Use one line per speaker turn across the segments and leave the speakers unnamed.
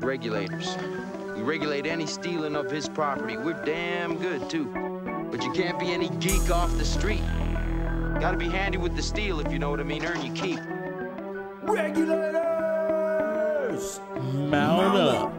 regulators. We regulate any stealing of his property. We're damn good, too. But you can't be any geek off the street. Gotta be handy with the steel, if you know what I mean. Earn your keep.
Regulators!
Mount up.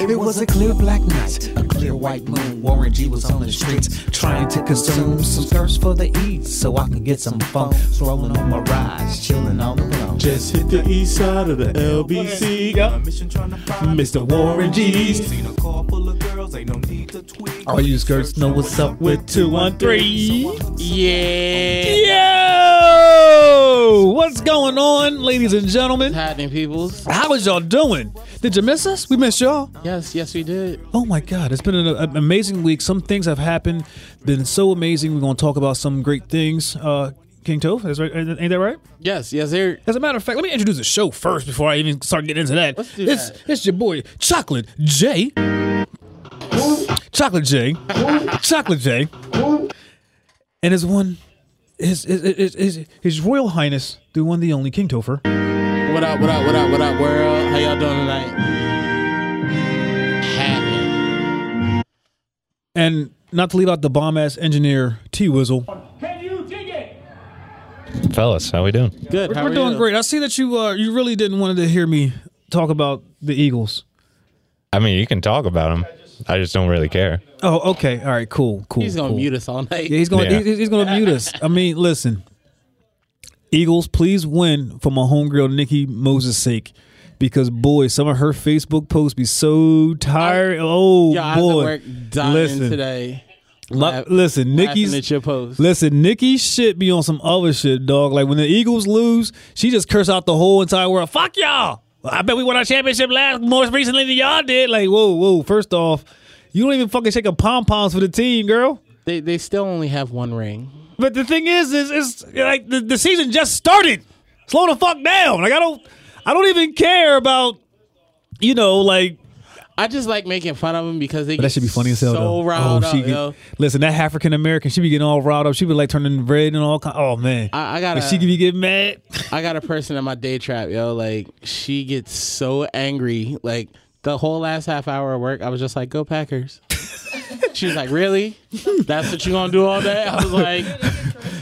It was a clear black night, a clear white moon. Warren G was on the streets trying to consume some thirst for the east so I could get some funk. Rolling on my rides, chilling all alone.
Just hit the east side of the LBC.
My mission trying to find
Mr. Warren G's.
Seen a car full of girls, ain't no need to tweak.
All you skirts know what's up with 213.
Yeah.
Yo! What's going on, ladies and gentlemen?
Happening, peoples.
How was y'all doing? Did you miss us? We missed y'all.
Yes, yes, we did.
Oh my God, it's been an, an amazing week. Some things have happened, been so amazing. We're going to talk about some great things. Uh, King Tove, is right, ain't that right?
Yes, yes, Eric.
As a matter of fact, let me introduce the show first before I even start getting into that.
Let's do
it's,
that.
it's your boy Chocolate J. Chocolate J. Chocolate J. And his one, his his, his, his, his Royal Highness, the one, the only King Topher.
What up, what up, what up, what up, world? How y'all doing tonight? Happening.
And not to leave out the bomb ass engineer T Wizzle.
Fellas, how we doing?
Good. how
We're
are
doing
you?
great. I see that you uh, you really didn't want to hear me talk about the Eagles.
I mean, you can talk about them. I just don't really care.
Oh, okay. All right. Cool. Cool.
He's gonna
cool.
mute us all night.
Yeah, he's gonna
Yeah.
He's, he's gonna mute us. I mean, listen, Eagles, please win for my homegirl Nikki Moses' sake, because boy, some of her Facebook posts be so tired. Oh
Your eyes at
boy,
work dying
listen,
today.
La-
Laugh-
listen,
laughing
Nikki's
at your post.
Listen, Nikki shit be on some other shit, dog. Like when the Eagles lose, she just curse out the whole entire world. Fuck y'all. I bet we won our championship last more recently than y'all did. Like, whoa, whoa. First off, you don't even fucking shake a pom poms for the team, girl.
They they still only have one ring.
But the thing is, is is like the, the season just started. Slow the fuck down. Like I don't I don't even care about you know, like
I just like making fun of them because they.
that should be funny as hell.
So
though.
riled
Oh,
up,
she get-
yo.
Listen, that African American, she be getting all riled up. She be like turning red and all. Kind, oh man,
I- I gotta-
Like, she could be getting mad.
I got a person in my day trap, yo. Like she gets so angry. Like the whole last half hour of work, I was just like, "Go Packers." She's like, "Really? That's what you gonna do all day?" I was like,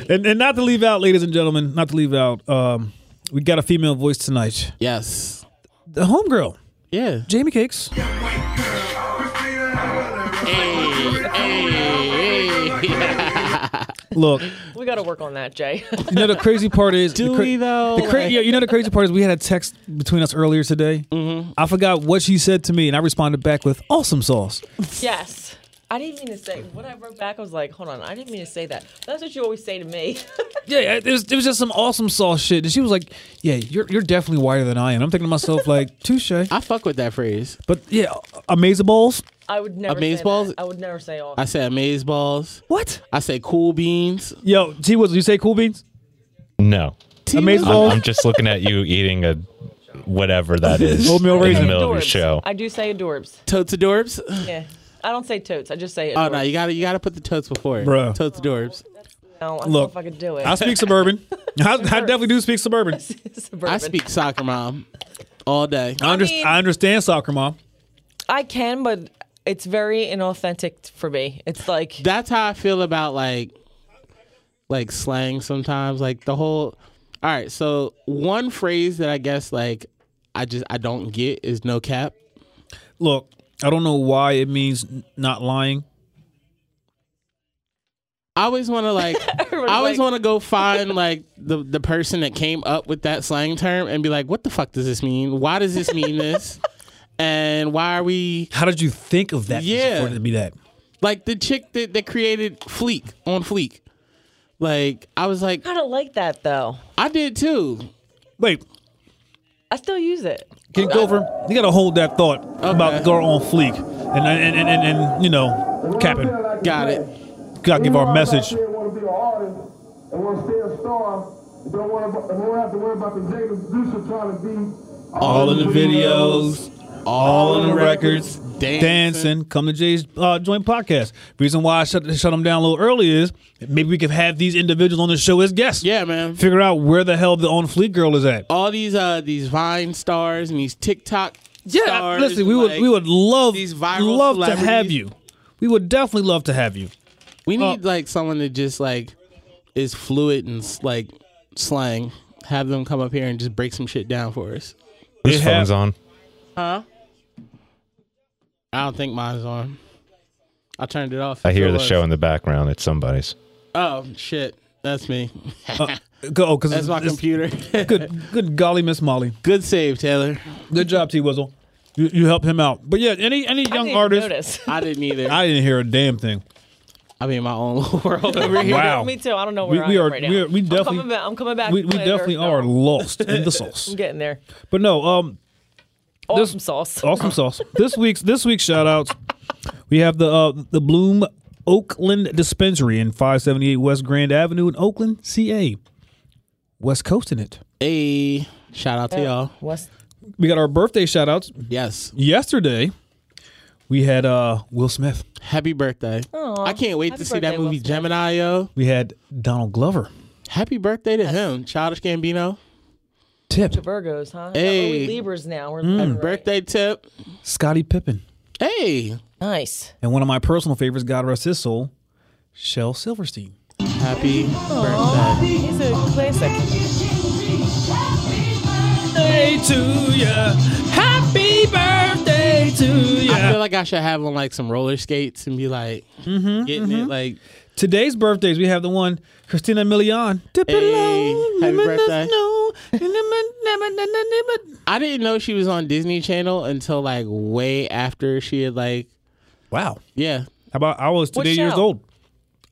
And, and not to leave out, ladies and gentlemen, not to leave out. Um, we got a female voice tonight.
"Yes,
The homegirl,
yeah."
Jamie Cakes. Look, you
We got to work on that, Jay.
know the crazy part is the
Do
cra-
we though?
The cra-
Like-
yeah, you know the crazy part is we had a text between us earlier today. Mm-hmm. I forgot what she said to me, and I responded back with "awesome sauce."
yes. I didn't mean to say when I wrote back. I was like, "Hold on, I didn't mean to say that." That's what you always say to me.
Yeah, it was, it was just some awesome sauce shit, and she was like, "Yeah, you're you're definitely whiter than I am." I'm thinking to myself like, "Touche,"
I fuck with that phrase.
but yeah, uh, amazeballs.
I would never. say
Amazeballs?
that. I would never say all.
I say amaze balls.
What?
I say cool beans.
Yo, T was you say cool beans?
No. I'm,
Amazeballs.
I'm just looking at you eating a whatever that is
Oatmeal
in
raisin.
the middle of
Adorbs.
the show.
I do say adorbs.
Totes adorbs.
Yeah. I don't say totes. I just say.
Oh
Adorbs.
no, you gotta you gotta put the totes before it.
Bruh.
Totes adorbs.
No, I don't know
Look,
if I could do it.
I speak suburban. I, I definitely do speak suburban.
Suburban.
I speak soccer mom all day.
I, under- I,
mean-
understand soccer mom.
I can, but it's very inauthentic for me. It's like
that's how I feel about like like slang sometimes. Like the whole all right, so one phrase that I guess like I just I don't get is no cap.
Look, I don't know why it means n- not lying.
I always wanna like I always wanna go find like the the person that came up with that slang term and be like, what the fuck does this mean? Why does this mean this? And why are we
How did you think of that?
Yeah.
for it to be that.
like the chick that, that created Fleek on Fleek? Like I was like,
kind of like that though.
I did too.
Wait,
I still use it.
King Gopher, you gotta hold that thought about the girl on fleek and and and and, and you know, capping.
Got it.
Gotta give our message.
want to be an artist and want to stay a star. and Don't want to. Don't have to worry about the Jada Producer trying to be
All in the videos, all in the records,
Dancing.
dancing. Come to Jay's uh, joint podcast. Reason why I shut shut them down a little early is maybe we could have these individuals on the show as guests.
Yeah, man.
Figure out where the hell the on fleek girl is at.
all these uh these Vine stars and these TikTok
Yeah,
stars,
listen, we would
like,
we would love
these viral
love to have
celebrities.
you. We would definitely love to have you.
We
Oh.
need like someone that just like is fluid in s- like slang. Have them come up here and just break some shit down for us.
This
have-
phone's on.
I don't think mine's on. I turned it off.
I
if
hear
it
the
was.
show in the background. It's somebody's.
Oh shit, that's me.
Go, oh, because
That's my computer.
Good, good golly, Miss Molly.
Good save, Taylor.
Good job, T Wizzle. You, you helped him out. But yeah, any any
I
young
didn't
artist,
notice.
I didn't either. I,
I didn't hear a damn thing.
am in my own little world over here.
Wow,
Me too. I don't know
We-
where
we
I am
are-
right now.
we are- we
I'm
definitely-
coming back. I'm coming back
we, we
later.
definitely
No,
are lost in the sauce.
I'm getting there.
But no, um,
Awesome sauce.
awesome sauce. This week's this week's shout outs, we have the uh, the Bloom Oakland Dispensary in 578 West Grand Avenue in Oakland, CA. West Coast in it.
Hey, shout out to y'all.
What's
We got our birthday shout outs.
Yes,
Yesterday, we had uh, Will Smith.
happy birthday. I can't wait
Happy
to see that
birthday,
movie
Will Smith.
Gemini. Yo,
We had Donald Glover.
happy birthday to him, Childish Gambino.
Tip.
Virgos, huh?
Hey.
We're Libras now. We're
Happy
right.
birthday tip.
Scottie Pippen.
Hey,
Nice.
And one of my personal favorites, God rest his soul, Shel Silverstein.
happy birthday.
He's a classic.
Day to ya. Happy birthday to
I
ya.
feel like I should have on like some roller skates and be like
Mm-hmm,
getting it like
Today's birthdays, we have the one, Christina Milian. Dip it
Hey,
low,
happy
lemon is
birthday.
no, lemon, lemon, lemon, lemon.
I didn't know she was on Disney Channel until like way after she had like
Wow.
yeah.
How about I was today
What
years
show?
old?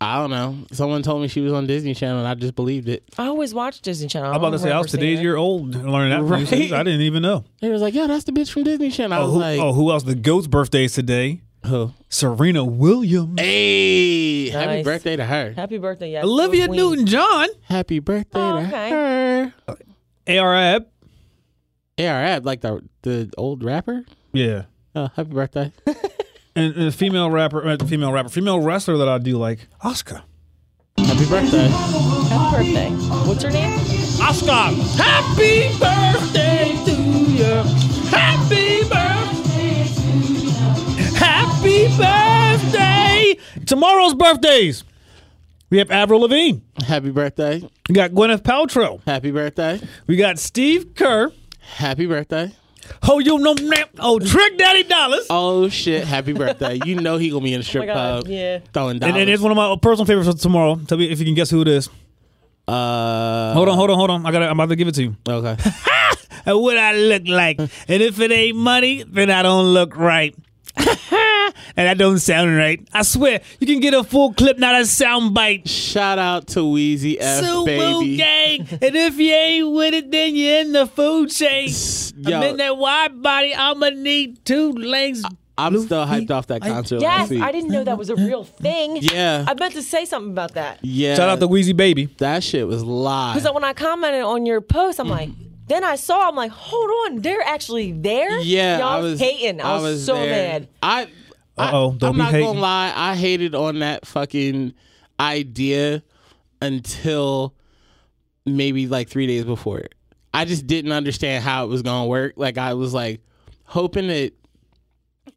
I don't know. Someone told me she was on Disney Channel and I just believed it.
I always watch Disney Channel.
I'm about to
don't
say I
remember
was
seeing
today's
it.
year old learning that. from you, so
Right.
I didn't even know.
They was like, "Yo, that's the bitch from Disney Channel." I
Oh
was
who,
like,
oh, who else? The GOAT's birthday is today.
who?
Serena Williams.
Hey, happy
Nice.
birthday to her.
Happy birthday, yes.
Olivia
Queen.
Newton John.
Happy birthday
Oh,
to
okay.
her.
ARAB.
ARF, like the the old rapper.
Yeah.
Oh, happy birthday.
And and a female rapper, uh, female rapper, female wrestler that I do like, Oscar.
happy birthday.
Happy birthday. What's her name?
Oscar, happy birthday to you. Happy birthday Happy birthday. Tomorrow's birthdays. We have Avril Lavigne.
Happy birthday.
We got Gwyneth Paltrow.
Happy birthday.
We got Steve Kerr.
Happy birthday.
Oh, you know, man. oh, Trick Daddy Dollars.
Oh shit! Happy birthday! You know he gonna be in the strip
Oh my God,
club,
yeah.
throwing dollars.
And, and it's one of my personal favorites for tomorrow. Tell me if you can guess who it is.
uh,
Hold on, hold on, hold on. I got. I'm about to give it to you.
okay.
and what I look like. And if it ain't money, then I don't look right. and I don't sound right. I swear, you can get a full clip, not a sound bite.
Shout out to Wheezy F
So woo
baby.
gang. And if you ain't with it, then you're in the food chain. I'm
Yo,
in that wide body, I'ma need two legs.
I'm still hyped off that concert
Yes,
last week.
I didn't know that was a real thing.
Yeah.
I meant to say something about that.
yeah,
Shout out to Wheezy Baby.
that shit was live.
Because when I commented on your post, I'm like, then I saw, I'm like, hold on, they're actually there?
Yeah,
Y'all
I was
hating. I was, so
there.
mad.
I, I
Uh-oh, don't
I'm
be
not
hating.
gonna lie. I hated on that fucking idea until maybe like three days before it. I just didn't understand how it was gonna work. Like I was like hoping that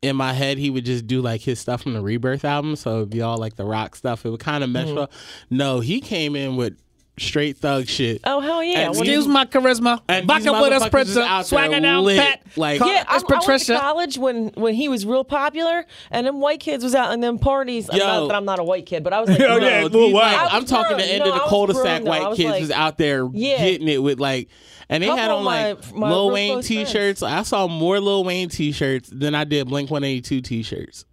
in my head he would just do like his stuff from the Rebirth album, so it'd be all like the rock stuff. It would kind of mesh
Mm-hmm.
well. No, he came in with straight thug shit.
Oh, hell yeah.
And
What do
these
Excuse
you-
my charisma.
And
Back
these
up with us,
motherfuckers is
Prince.
out there
Swagger down,
lit,
Pat.
like-
Call
yeah, I,
us
I went to
Patricia.
college when, when he was real popular, and them white kids was out in them parties. I'm
Yo.
not that I'm not a white kid, but I was like,
Oh,
no.
yeah,
No,
well,
these,
wow.
like,
I
I'm
was
talking
grown,
the end
you
of
know,
the
I was
cul-de-sac
grown, though. I
white
was
kids
like-
was out there
Yeah.
getting it with like, and they
Couple
had on
of
like
my- my
Lil
real
Wayne
close friends.
t-shirts. I saw more Lil Wayne t-shirts than I did Blink 182 t-shirts,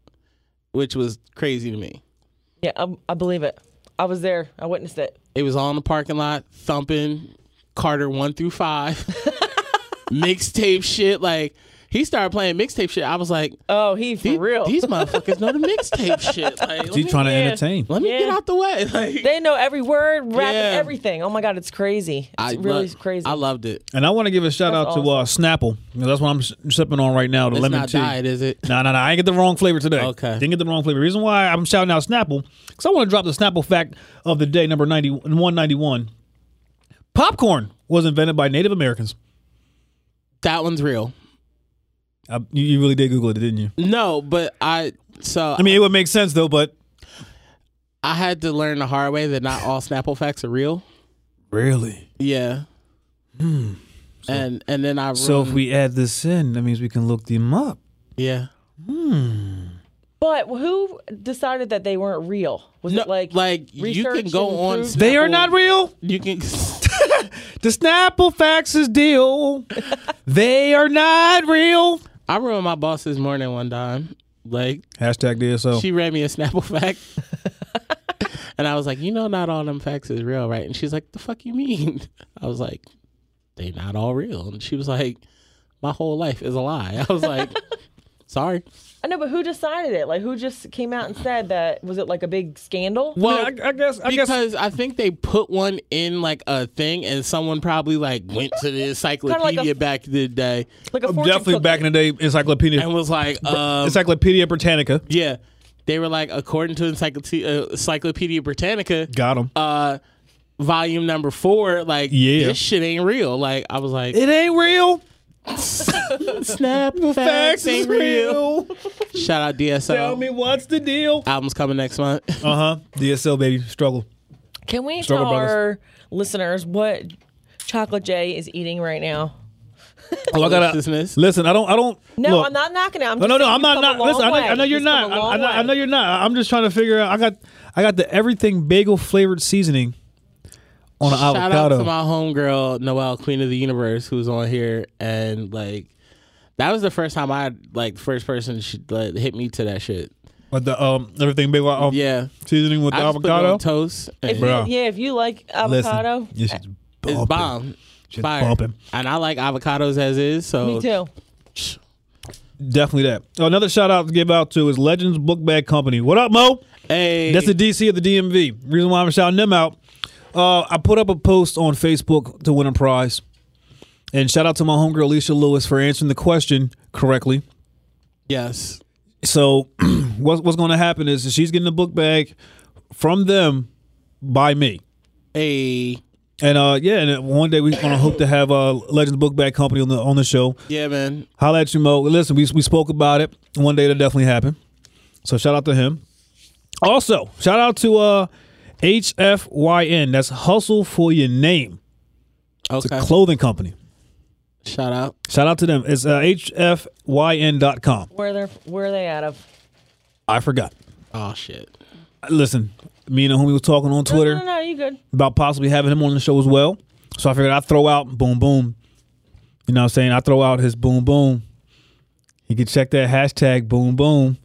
which was crazy to me.
Yeah, I, I believe it. I was there. I witnessed it.
It was all in the parking lot, thumping Carter one through five, mixtape shit. Like he started playing mixtape shit. I was like,
Oh, he for
these,
real.
these motherfuckers know the mixtape shit. Like, let me,
She's trying to entertain.
let me
Yeah.
get out the way. Like,
they know every word, rap,
Yeah.
and everything. Oh my God, it's crazy. It's really
lo-
crazy.
I loved it.
And I want to give a shout
That's
out to uh, Snapple. You know, that's what I'm s- sipping on right now, the
It's
lemon
not
tea.
diet, is it?
No, no, no. I ain't get the wrong flavor today.
Okay.
Didn't get the wrong flavor. Reason why I'm shouting out Snapple, because I want to drop the Snapple fact of the day, number 90, 191. Popcorn was invented by Native Americans.
That one's real.
I, you, you really did Google it, didn't you?
No, but I so
I mean, it would make sense though, but
I had to learn the hard way that not all Snapple facts are real.
really.
Yeah. and and then I
Hmm. So if
ruined-
we add this in, that means we can look them up.
yeah
But who decided that they weren't real? Was
no,
it like
like like you
research
can go
and
on
prove-
They are
Snapple-
not real.
you can
The Snapple facts is deal. they are not real.
I ruined my boss this morning one time like
Hashtag DSO.
she read me a Snapple fact. and I was like, you know, not all them facts is real, right? And she's like, the fuck you mean? I was like, they not all real. And she was like, my whole life is a lie. I was like, sorry.
I know, but who decided it? Like, who just came out and said that? Was it like a big scandal?
Well,
I, I guess. I guess.
because I think they put one in like a thing, and someone probably like went to the encyclopedia
Kinda like a-
back in the day
Like a fortune
Definitely back in the day, Encyclopedia
and was like, um,
Encyclopedia Britannica
yeah, they were like, according to Encyclopedia, uh, Encyclopedia Britannica,
got them.
uh, volume number four, like,
Yeah.
this shit ain't real. Like, I was like,
it ain't real.
snap facts ain't real. Shout out
Tell
DSO.
me what's the deal.
Album's coming next month.
Uh huh. DSL baby struggle.
Can we
Struggle
tell
Brothers.
our listeners what Chocolate J is eating right now?
Oh, I gotta
Deliciousness.
listen. I don't. I don't.
No,
look.
I'm not knocking it. I'm
No, no,
just
no.
saying
I'm
he's
not.
come
not
a long
listen, I, know- I
way.
know you're
He's come
not.
a long
I, I know, I
way.
know you're not. I'm just trying to figure out. I got, I got the everything bagel flavored seasoning on an
Shout out
avocado.
to my homegirl Noelle, Queen of the Universe, who's on here, and like that was the first time I like first person she like, hit me to that shit.
But the um everything bagel um,
Yeah,
seasoning with
I just put it
avocado.
on toast. And
If
it's
Bruh.
you, yeah, if you like
Listen,
avocado,
this shit's bumping.
bomb,
Shit's
fire,
bumping.
and I like avocados as is. So
me too.
Definitely that. Oh, another shout out to give out to is Legends Book Bag Company. What up, Mo?
Hey,
That's the DC of the DMV. Reason why I'm shouting them out. Uh, I put up a post on Facebook to win a prize. And shout out to my homegirl Alicia Lewis for answering the question correctly.
yes.
So what's what's gonna happen is she's getting a book bag from them by me.
Hey,
And uh yeah, and one day we're gonna hope to have uh Legends Book Bag Company on the on the show.
yeah, man.
Holla at you, Mo. Listen, we, we spoke about it. One day it'll definitely happen. So shout out to him. Also, shout out to uh HFYN. That's Hustle for Your Name. It's a
Okay,
clothing company.
shout out.
Shout out to them. It's uh, HFYN.com.
Where they're where are they out of?
I forgot.
Oh shit.
Listen, me and the homie was talking on
No,
Twitter
No, no, no, you good.
about possibly having him on the show as well. So I figured I'd throw out Boom Boom. You know what I'm saying? I throw out his Boom Boom. You can check that hashtag Boom Boom.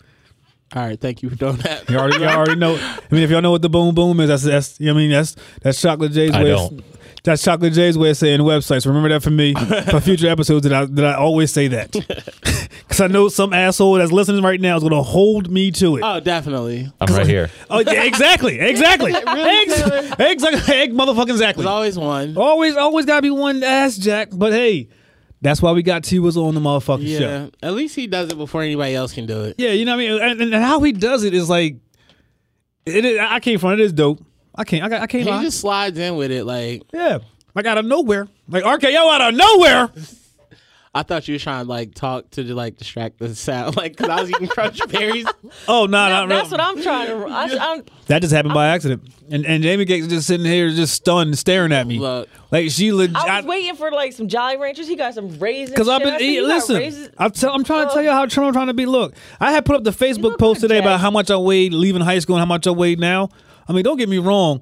All right, thank you for doing that.
You already, you already know. I mean, if y'all know what the boom boom is, that's that's. You know what I mean, that's that's chocolate J's
I
way. of-
don't.
That's chocolate J's way of saying websites. Remember that for me for future episodes. That I that I always say that because I know some asshole that's listening right now is going to hold me to it.
Oh, definitely.
I'm right here.
oh yeah, exactly, exactly, Ex- exactly, egg, motherfucking exactly.
There's always one.
Always, always got to be one ass jack. But hey, that's why we got T was on the motherfucking
Yeah.
show.
At least he does it before anybody else can do it.
Yeah, you know what I mean, and, and how he does it is like, it. Is, I can't front. It is dope. I can't. I, I can't.
He
lie.
just slides in with it like
Yeah. Like out of nowhere. Like RKO out of nowhere.
I thought you were trying to like talk to like distract the sound, like because I was eating crunch berries.
Oh nah, not real.
That's what I'm trying to. I, I'm,
that just happened by accident. And and Jamie Gates is just sitting here just stunned staring at me.
Look.
Like she legit
I was waiting for like some Jolly Ranchers. He got some raisins.
Cause I've
shit. I
been
said,
eating.
"You got
Listen,
raisins?"
I'm, tell- I'm trying to tell you how trim I'm trying to be. Look, I had put up the Facebook
look
post
good,
today about
Jay.
how much I weighed leaving high school and how much I weighed now. I mean, don't get me wrong.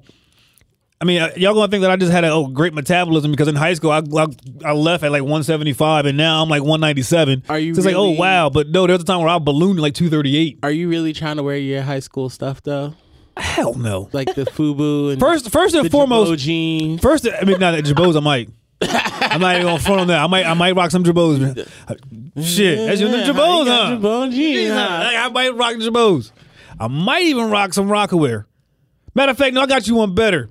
I mean, uh, y'all gonna think that I just had a oh, great metabolism because in high school I, I I left at like 175 and now I'm like 197.
Are you
So it's like oh
really-
wow? But no, there was a time where I ballooned to like 238.
Are you really trying to wear your high school stuff though,
Hell no.
like the FUBU and
First, first and
the
foremost,
Jabot jeans?
first I mean, not that Jabos, I might. I'm not even gonna front on that. I might, I might rock some Jabos. man. Shit, that's you
Yeah,
the
you
Jabos,
got
huh?
Jabot jeans, huh?
Like, I might rock Jabos. I might even rock some Rockaware. Matter of fact, no, I got you one better.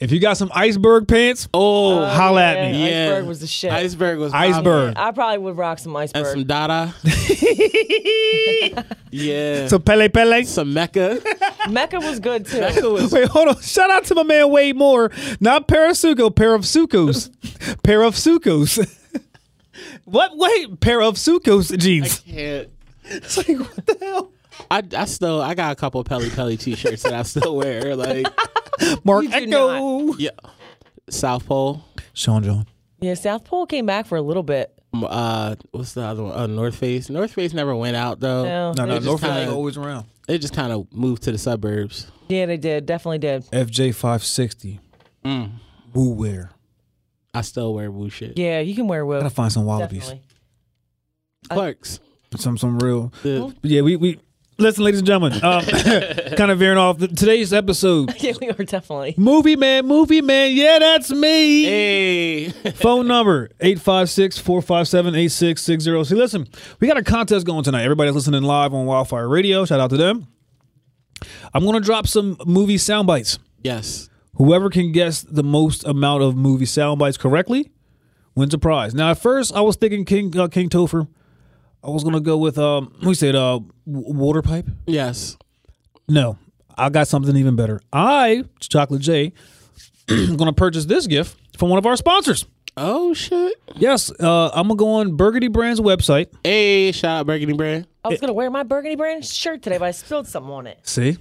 If you got some iceberg pants, oh, holla at me.
yeah.
Yeah.
Iceberg was the shit.
Iceberg was
Iceberg,
I probably would rock some
and
iceberg.
some Dada. yeah,
some pele pele.
some Mecca.
Mecca was good too.
Mecca was
Wait, hold on. Shout out to my man Wade Moore. Not Parasuco, pair of sucos. pair of sucos. What? Wait, pair of Sukos jeans.
Can't.
It's like what the hell?
I, I still I got a couple Pelly Pelly T-shirts that I still wear. Like
Mark
You do
Echo.
yeah, South Pole.
Sean John.
Yeah, South Pole came back for a little bit.
Um, Uh, what's the other one? Uh, North Face. North Face never went out though.
No,
No,
they
no,
just
North
kinda-
Carolina always around.
It just kind of moved to the suburbs.
Yeah, they did. Definitely did.
FJ five sixty. Woo wear.
I still wear woo shit.
Yeah, you can wear
Gotta
Will.
find some wallabies.
Definitely.
Clark's.
Some some real
The-
Yeah, we we listen, ladies and gentlemen. Um, kind of veering off today's episode.
Yeah, we are definitely.
Movie man, movie man. Yeah, that's me.
hey,
Phone number 856-457-8660. See, listen, we got a contest going tonight. Everybody's listening live on Wildfire Radio. Shout out to them. I'm gonna drop some movie sound bites.
yes.
Whoever can guess the most amount of movie sound bites correctly wins a prize. Now, at first, I was thinking King uh, King Topher. I was gonna go with um, we said uh, w- water pipe.
Yes.
No, I got something even better. I, Chocolate J, am gonna purchase this gift from one of our sponsors.
Oh shit.
Yes, uh, I'm gonna go on Burgundy Brand's website.
Hey, shout out Burgundy Brand.
I was gonna wear my burgundy brand shirt today, but I spilled something on it.
See,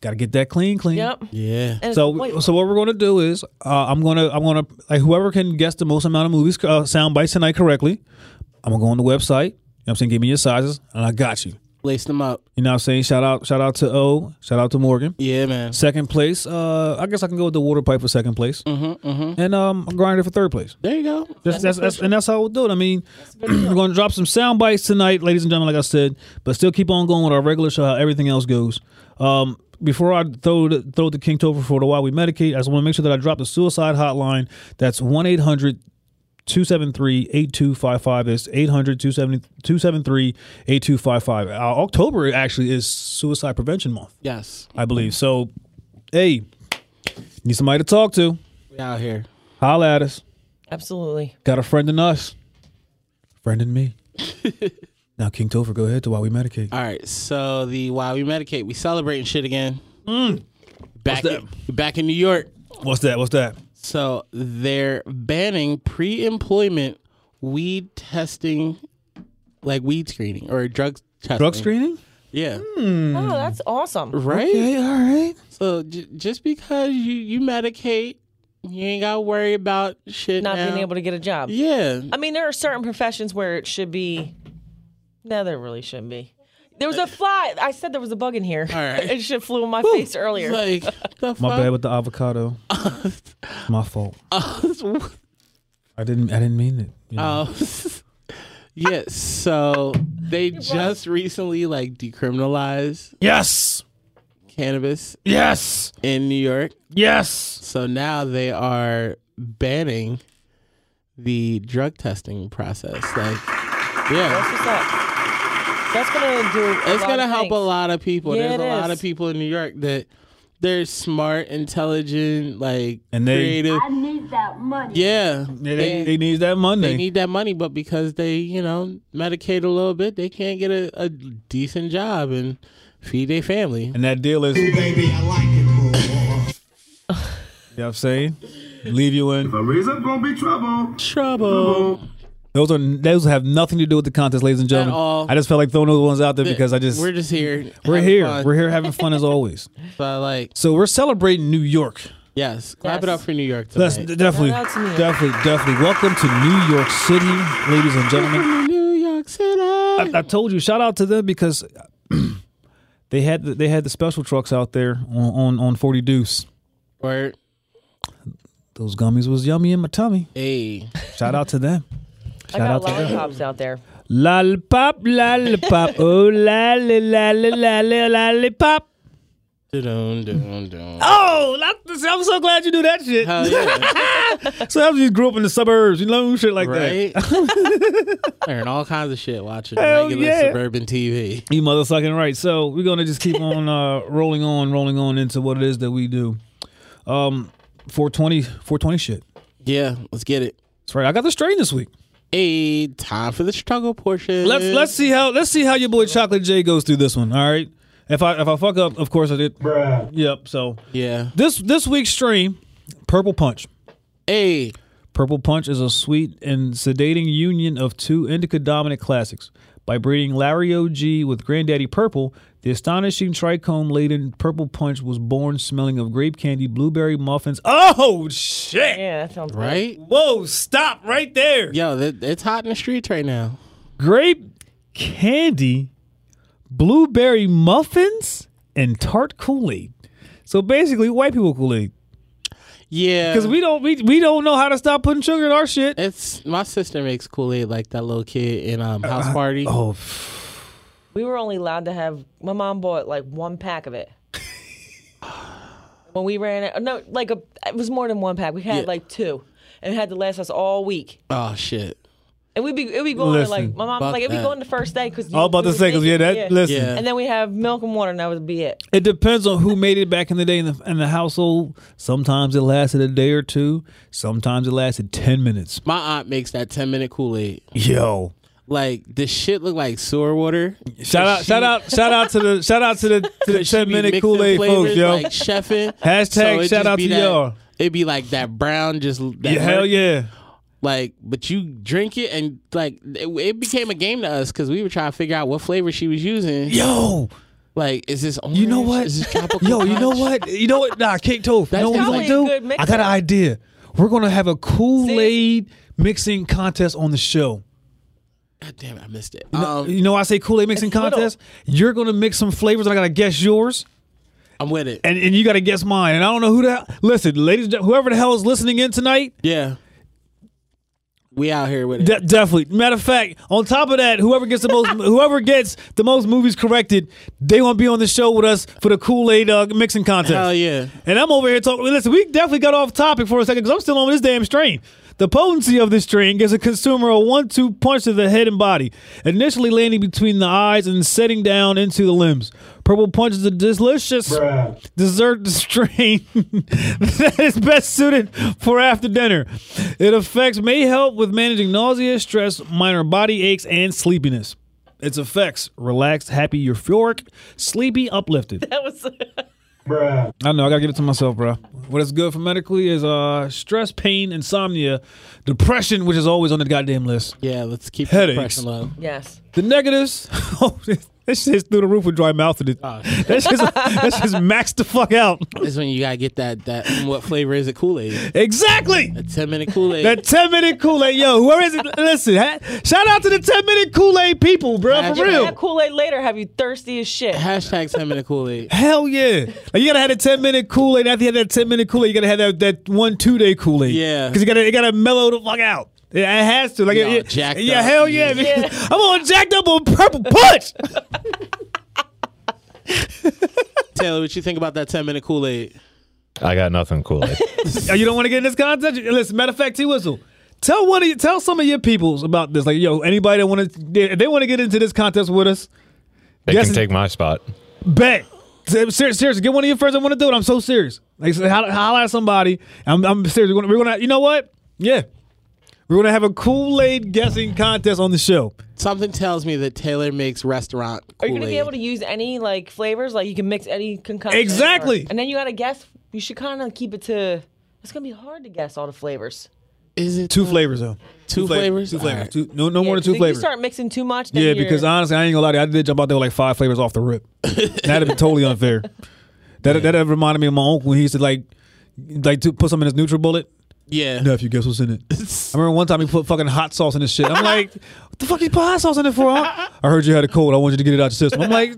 gotta get that clean, clean.
Yep.
Yeah.
And
So,
wait,
so what we're going to do is, uh, I'm going to, I'm going to, like, whoever can guess the most amount of movies uh, sound bites tonight correctly, I'm gonna go on the website. You know what I'm saying, give me your sizes, and I got you.
Lace them up.
You know what I'm saying? Shout out, shout out to O, shout out to Morgan.
Yeah, man.
Second place, uh, I guess I can go with the water pipe for second place, mm-hmm, and um, grinder for third place.
There you go.
That's, that's, that's, and that's how we'll do it. I mean, we're going to drop some sound bites tonight, ladies and gentlemen, like I said, but still keep on going with our regular show, how everything else goes. Um, before I throw the, throw the King Topher for the while we medicate, I just want to make sure that I drop the suicide hotline. That's 1 800 273 8255. It's 800 273 8255. Uh, October actually is Suicide Prevention Month,
Yes.
I believe. So, hey, need somebody to talk to.
We out here.
Holla at us
absolutely.
got a friend in us, friend in me. now, King Topher, go ahead to while we medicate.
All right. So the while we medicate, we celebrating shit again. Back
Mm. What's
in, back in New York.
What's that? What's that?
So they're banning pre-employment weed testing, like weed screening or drug testing.
Drug screening?
Yeah.
Oh, that's awesome.
Right.
Hey, all right.
So j- just because you you medicate, you ain't got to worry about shit.
Not being
now.
able to get a job.
Yeah.
I mean, there are certain professions where it should be. No, there really shouldn't be. There was a fly. I said there was a bug in here. All
right.
it should flew in my face earlier.
Like the
My bad
fuck.
with the avocado. My fault. I didn't. I didn't mean it. you know.
Uh, yeah. So they just recently like decriminalized
yes.
cannabis
Yes.
in New York.
Yes.
So now they are banning the drug testing process. Like, yeah,
That's what's up. That's gonna do. A
it's
lot
gonna
of
help a
things.
lot of people.
Yeah,
There's
it
a lot
is.
of people in New York that they're smart, intelligent, like
And they-
creative.
I need that money.
Yeah,
They, they, they need that Monday.
they need that money, but because they, you know, medicate a little bit, they can't get a, a decent job and feed their family.
and that deal is. You
Baby, I like it, boy.
know what I'm saying? Leave you in.
Reason gonna be trouble.
Trouble.
Those are those have nothing to do with the contest, ladies and gentlemen.
all.
I just felt like throwing those ones out there because I just
We're just here.
we're
having
here.
fun.
We're here having fun as always.
So, like,
So we're celebrating New York.
yes, clap it
Yes.
up for New York.
That's
Tonight.
definitely,
Shout out to New York.
definitely, definitely. Welcome to New York City, ladies and gentlemen.
New York City.
I told you, shout out to them because they had the, they had the special trucks out there on on, on forty deuce.
Or
Those gummies was yummy in my tummy.
a
Shout out to them.
I
Shout
got
out to them.
lollipops out there.
Lollipop, lollipop, oh lolly, lolly, lolly, lollipop.
dun dun dun.
Oh, that- I'm so glad you do that shit.
Hell yeah,
So that was you grew up in the suburbs, you know, shit like
right? Learn all kinds of shit watching
Hell
regular
yeah.
suburban TV.
You motherfucking right. So we're gonna just keep on uh, rolling on, rolling on into what it is that we do. Um, 420, 420 shit.
Yeah, let's get it.
That's right. I got the strain this week.
A time for the struggle portion.
Let's let's see how let's see how your boy Chocolate J goes through this one. All right. If I if I fuck up, of course I did. Yep. So
Yeah.
this this week's stream, Purple Punch.
A
Purple Punch is a sweet and sedating union of two indica dominant classics. By breeding Larry OG with Granddaddy Purple, the astonishing trichome laden Purple Punch was born smelling of grape candy, blueberry muffins. Oh, shit!
Yeah, that sounds good.
right?
Whoa, stop right there!
Yo, th- it's hot in the streets right now.
Grape candy, blueberry muffins, and tart Kool Aid. So basically, white people Kool Aid.
Yeah,
Because we don't we, we don't know how to stop putting sugar in our shit.
It's my sister makes Kool Aid like that little kid in um house party.
Oh,
We were only allowed to have. My mom bought like one pack of it. when we ran out, no, like a, it was more than one pack. We had
Yeah.
like two, and it had to last us all week.
Oh shit!
And we'd be, it'd be going
Listen,
like my mom,
fuck
like it'd be
that.
going the first day because
all about to say because yeah, that listen.
Yeah.
And then we have milk and water, and that would be it.
It depends on who made it back in the day in the in the household. Sometimes it lasted a day or two. Sometimes it lasted ten minutes.
My aunt makes that ten minute Kool Aid.
Yo,
Like the shit look like sewer water.
shout out, shout out, shout out to the shout out to the to the
She
ten
be
minute
mixing
Kool Aid folks,
flavors,
yo.
Like chefing.
Hashtag
it
shout
just
out
be
to
that-
y'all.
It'd be like that brown, just that
yeah, hell
murk.
yeah.
Like, but you drink it and like it, it became a game to us because we were trying to figure out what flavor she was using.
Yo,
Like, is this orange?
you know what?
Is this tropical?
Yo, you know
punch?
what? You know what? Nah, cake toast. You know what we
probably a
gonna
good
do?
mix
I got an
up.
idea. We're gonna have a Kool Aid mixing contest on the show.
God damn it, I missed it.
Um,
Um,
you know, why I say Kool Aid mixing
Oh. It's little.
contest. You're gonna mix some flavors. and I gotta guess yours,
I'm with it.
and, and you gotta guess mine. And I don't know who the listen, ladies, and gen- whoever the hell is listening in tonight.
Yeah, we out here with it.
De- definitely. Matter of fact, on top of that, whoever gets the most, whoever gets the most movies corrected, they want to be on the show with us for the Kool Aid uh, mixing contest.
Hell yeah.
And I'm over here talking. Listen, we definitely got off topic for a second because I'm still on this damn strain. The potency of this strain gives a consumer a one-two punch to the head and body, initially landing between the eyes and setting down into the limbs. Purple Punch is a delicious dessert strain that is best suited for after dinner. It affects may help with managing nausea, stress, minor body aches, and sleepiness. Its effects: relaxed, happy, euphoric, sleepy, uplifted.
That was
I know. I gotta give it to myself, bro. What is good for medically is uh stress, pain, insomnia, depression, which is always on the goddamn list.
Yeah, let's keep
Headaches.
the pressure low.
yes.
The negatives. Oh, that shit's through the roof with dry mouth. in it. That's just that's just maxed the fuck out.
That's when you gotta get that that mm, what flavor is it Kool Aid?
Exactly.
A ten minute Kool Aid.
That ten minute Kool Aid, yo. Where is it? Listen, ha- shout out to the ten minute Kool Aid people, bro. For
Hashtag-
real.
That Kool Aid later have you thirsty as shit.
Hashtag ten minute Kool Aid.
Hell yeah! Like you gotta have a ten minute Kool Aid. After you have that ten minute Kool Aid, you gotta have that, that one two day Kool Aid.
Yeah.
because you gotta it gotta mellow the fuck out. It it has to. Like
Y'all
it- it-
jacked
yeah,
up.
hell yeah!
Yeah.
I'm on jacked up on purple punch.
Taylor, what you think about that ten minute Kool Aid?
I got nothing cool.
Oh, you don't want to get in this contest? Listen, matter of fact, T Whistle, tell one of you, tell some of your peoples about this. Like, yo, anybody that want to, if they want to get into this contest with us,
They
Yes,
can
it-
take my spot.
Bet. Ser- Seriously, get one of your friends. I want to do it. I'm so serious. Like, so holla, holla at somebody. I'm, I'm serious. We're gonna, we're gonna, you know what? Yeah, we're gonna have a Kool Aid guessing contest on the show.
Something tells me that Taylor makes restaurant
Are you
Kool
gonna be able
Aid.
to use any like flavors? Like you can mix any concoction.
Exactly.
or- and then you gotta guess. You should kind of keep it to. It's gonna be hard to guess all the flavors.
Is it
Two flavors though.
Two flavors?
Two
All
flavors.
right.
Two, no, no more than
because if
two flavors.
You start mixing too much. Then
Yeah,
you're-
because honestly, I ain't gonna lie to you. I did jump out there with like five flavors off the rip. That'd be totally unfair. That that reminded me of my uncle when he used to like like to put something in his NutriBullet.
Yeah.
Nephew, guess what's in it? I remember one time he put fucking hot sauce in his shit. I'm like, what the fuck you put hot sauce in it for? huh?" I heard you had a cold. I want you to get it out your system. I'm like,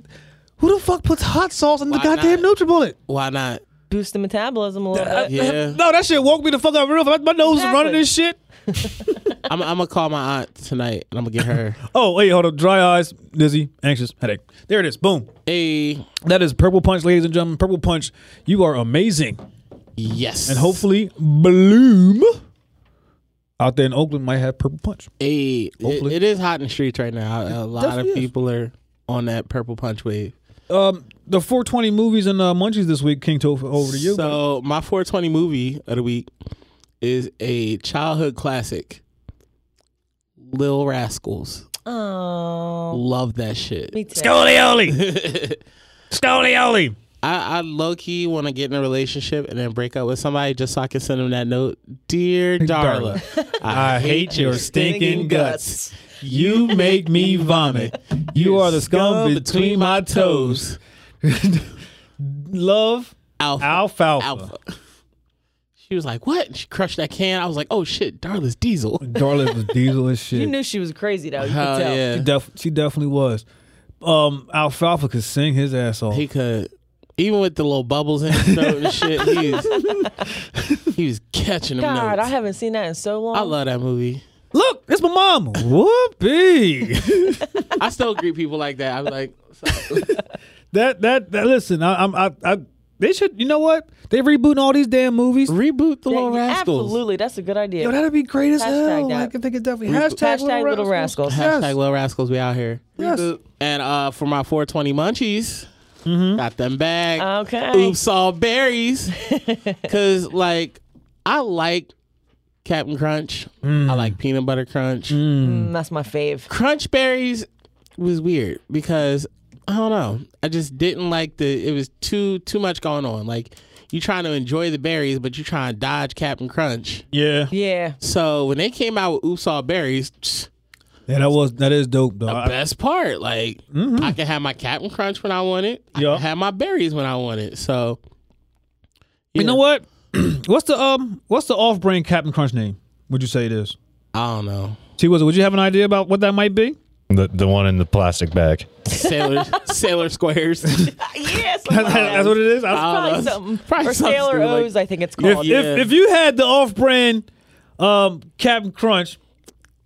who the fuck puts hot sauce in the
Why
goddamn
not?
NutriBullet?
Why not?
boost the metabolism a little bit.
Yeah.
No, that shit woke me the fuck up real. My, my nose is running
Exactly.
and shit.
I'm, I'm gonna call my aunt tonight and I'm gonna get her.
Oh, wait, hold up. Dry eyes, dizzy, anxious, headache. There it is. Boom.
hey,
That is Purple Punch, ladies and gentlemen. Purple Punch, you are amazing.
yes.
And hopefully, Bloom out there in Oakland might have Purple Punch.
hey, it-
hopefully.
it is hot in the streets right now. A lot of
definitely is.
people are on that purple punch wave.
Um, the 420 movies and uh, munchies this week, King Toph, over to you.
So my 420 movie of the week is a childhood classic, Lil Rascals.
Oh,
Love that shit.
me too.
Scolioli! Scolioli!
I, I low key want to get in a relationship and then break up with somebody just so I can send them that note. Dear Darla,
I hate your stinking guts. You make me vomit. You are the scum between my toes. Love
Alpha.
alfalfa.
Alpha. She was like, "What?" And she crushed that can. I was like, "Oh shit, Darla's Diesel."
Darla was diesel and shit.
You knew she was crazy though. You
Hell
could tell.
yeah.
She, def- she definitely was. Um, alfalfa could sing his ass off.
He could, even with the little bubbles in his throat and shit, he was, he was catching them
God,
notes.
I haven't seen that in so long.
I love that movie.
Look, it's my mom. Whoopee.
I still greet people like that. I'm like,
that, that that listen, I, I'm I, I they should you know what? They rebooting all these damn movies.
reboot the
Yeah,
Little
yeah,
Rascals.
Absolutely, that's a good idea.
Yo, that'd be great as
Hashtag
hell.
that.
Like, I think it definitely hashtag,
Hashtag Little Rascals.
Hashtag
Yes.
Little Rascals, we out here.
Yes.
Reboot. And uh, for my 420 munchies, got them back.
Okay.
Oops, all berries. Because, like, I like Captain Crunch. I like Peanut Butter Crunch.
Mm, that's my fave.
Crunch berries was weird because, I don't know, I just didn't like the, it was too, too much going on. Like, you trying to enjoy the berries, but you trying to dodge Captain Crunch.
Yeah.
Yeah.
So when they came out with Oops, all berries,
Yeah, that was that is dope though.
the
I-
best part. Like
Mm-hmm.
I can have my Captain Crunch when I want it. I
Yeah.
can have my berries when I want it. So
You know
Yeah.
what? what's the um what's the off brand Captain Crunch name? Would you say it is?
I don't know.
T was would you have an idea about what that might be?
The the one in the plastic bag.
Sailor Sailor Squares.
Yeah.
That's, that's what it is. I-
I don't
Probably
know.
something.
Probably
or
something
Sailor
stupid like-
O's, I think it's
if,
called.
Oh, yeah.
if if you had the off brand um Captain Crunch,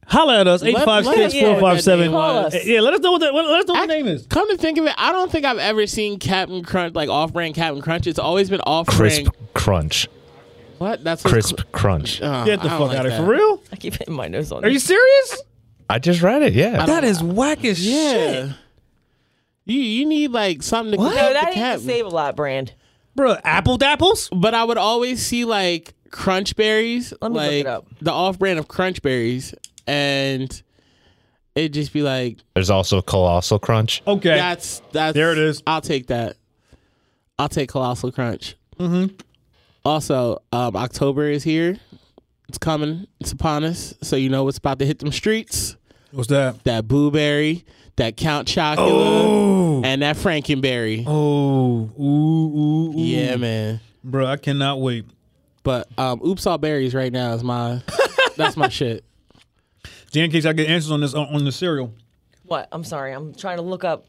holla at us eight five
let us
six
know
four
what
five
that
seven.
name
Call
was.
us.
Yeah, let us know what that let us know what the name is.
Come to think of it, I don't think I've ever seen Captain Crunch like off-brand Captain Crunch. It's always been off-brand.
Crisp crunch.
What? That's what
Crisp crunch.
Uh,
Get the
I don't
fuck
like
out of here.
that.
For real?
I keep hitting my nose on
Are
it.
you serious?
I just read it. Yeah.
That is whack as
Yeah.
shit.
You you need like something to
No,
compete
that
with the
ain't the
Captain.
Save a Lot brand.
Bro, apple dapples?
but I would always see like crunch berries,
Let me look
like
it up.
the off brand of crunch berries, and it'd just be like,
There's also colossal crunch.
Okay.
that's that's
There it is.
I'll take that. I'll take colossal crunch. Mm-hmm. Also, um, October is here. It's coming. It's upon us. So you know what's about to hit them streets.
What's that?
That blueberry, that Count Chocula,
Oh.
and that Frankenberry.
Oh. Ooh, ooh, ooh.
Yeah, man.
Bro, I cannot wait.
But um, oops, all berries right now is my. that's my shit.
Just in case I get answers on this on, on the cereal.
What? I'm sorry. I'm trying to look up.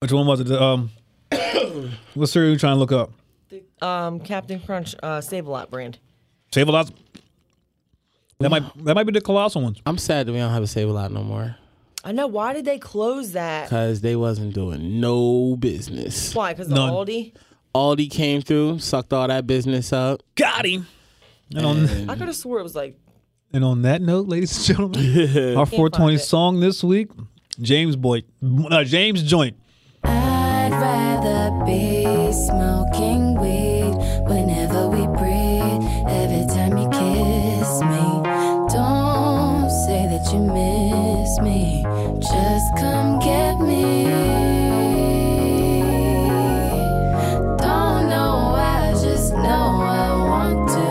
Which one was it? The, um what cereal you trying to look up?
Um, Captain Crunch, uh, Save a Lot brand.
Save a lot. That might that might be the colossal ones.
I'm sad that we don't have a save a lot no more
I know. Why did they close that?
because they wasn't doing no business.
Why? Because the
None.
Aldi.
Aldi came through, sucked all that business up.
Got him. And on,
I could have swore it was like
and on that note, ladies and gentlemen, our 420
it.
song this week, James Boyd, uh, James Joint.
I'd rather be smoking weed whenever we breathe. Every time you kiss me, don't say that you miss me. Just come get me. Don't know why, just know I want to.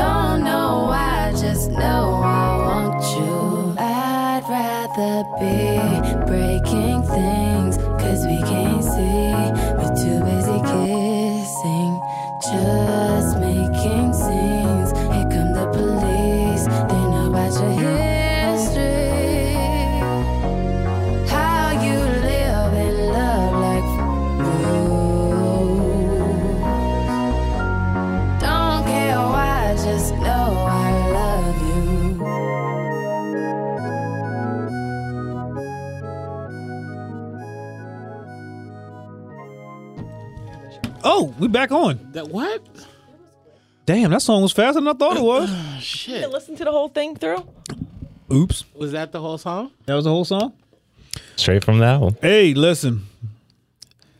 Don't know why, just know I want you. I'd rather be breaking things, cause we can't see. We're too busy kissing, just making scenes. Here come the police, they know about your history. How you live and love like rules. Don't care why, just know I love you.
Oh, we back on.
That what?
Damn, that song was faster than I thought it was.
Did
Shit.
listen to the whole thing through.
Oops,
Was that the whole song?
that was the whole song.
Straight from that one.
Hey, listen,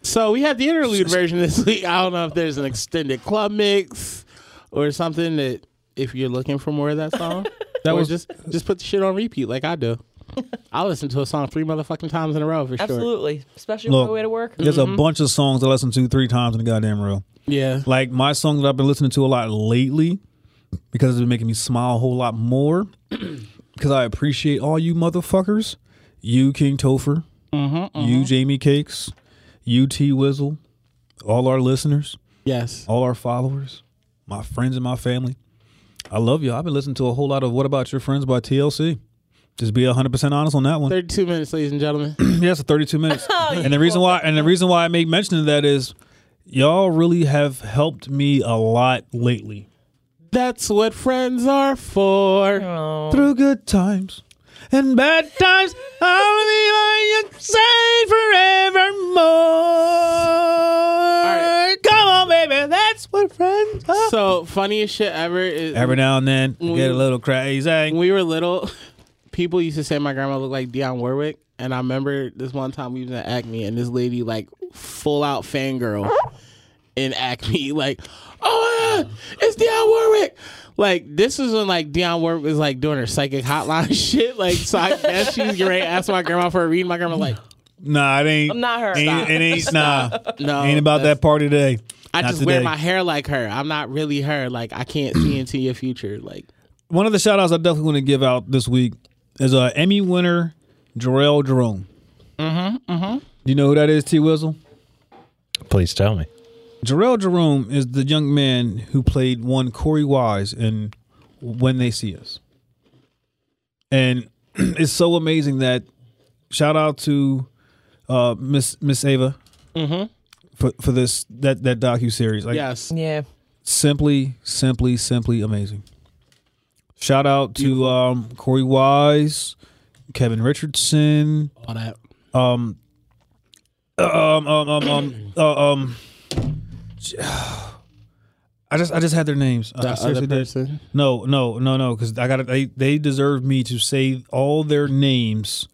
So we had the interlude version this week. I don't know if there's an extended club mix or something that if you're looking for more of that song,
That
or
was-
just just put the shit on repeat like I do. I listen to a song three motherfucking times in a row for sure.
Absolutely, especially
Look.
on the way to work.
There's a bunch of songs I listen to three times in a goddamn row.
Yeah.
Like my song that I've been listening to a lot lately because it's been making me smile a whole lot more because I appreciate all you motherfuckers. You King Topher, you Jamie Cakes, you T Wizzle, all our listeners,
Yes.
all our followers, my friends and my family. I love you. I've been listening to a whole lot of What About Your Friends by TLC. Just be 100% honest on that one.
Thirty-two minutes, ladies and gentlemen.
Yeah, so 32 minutes.
Oh,
and the reason why and the reason why I make mention of that is y'all really have helped me a lot lately.
That's what friends are for.
Through good times and bad times, I'll be by your side forevermore. Come on, baby, that's what friends are.
So funniest shit ever is
Every now and then, I get a little crazy.
when we were little, people used to say my grandma looked like Dionne Warwick. And I remember this one time we was at Acme and this lady like full out fangirl in Acme, like, oh my God, it's Dionne Warwick. Like this is when like Dionne Warwick was like doing her psychic hotline shit. Like so I guess she's great. Asked my grandma for a read. My grandma like,
Nah, it ain't.
I'm not her.
Ain't, it ain't. Nah,
no,
ain't about
that's-
that party today.
I
Not
just wear
today.
my hair like her. I'm not really her. Like I can't see into your future. Like
one of the shout outs I definitely want to give out this week is uh, Emmy winner Jarrell Jerome. Mm-hmm. Mm-hmm. You know who that is, T Wizzle?
Please tell me.
Jarrell Jerome is the young man who played one Corey Wise in When They See Us. And it's so amazing that shout out to uh, Miss Miss Ava Mm-hmm. for, for this that that docu series. Like
yes,
Mm-hmm. Yeah,
simply, simply, simply amazing. Shout out to um, Corey Wise, Kevin Richardson,
all that.
um, um, um, um, uh, um. I just, I just had their names. I
That
seriously
other
did.
person.
No, no, no, no. Because I got they, they deserve me to say all their names,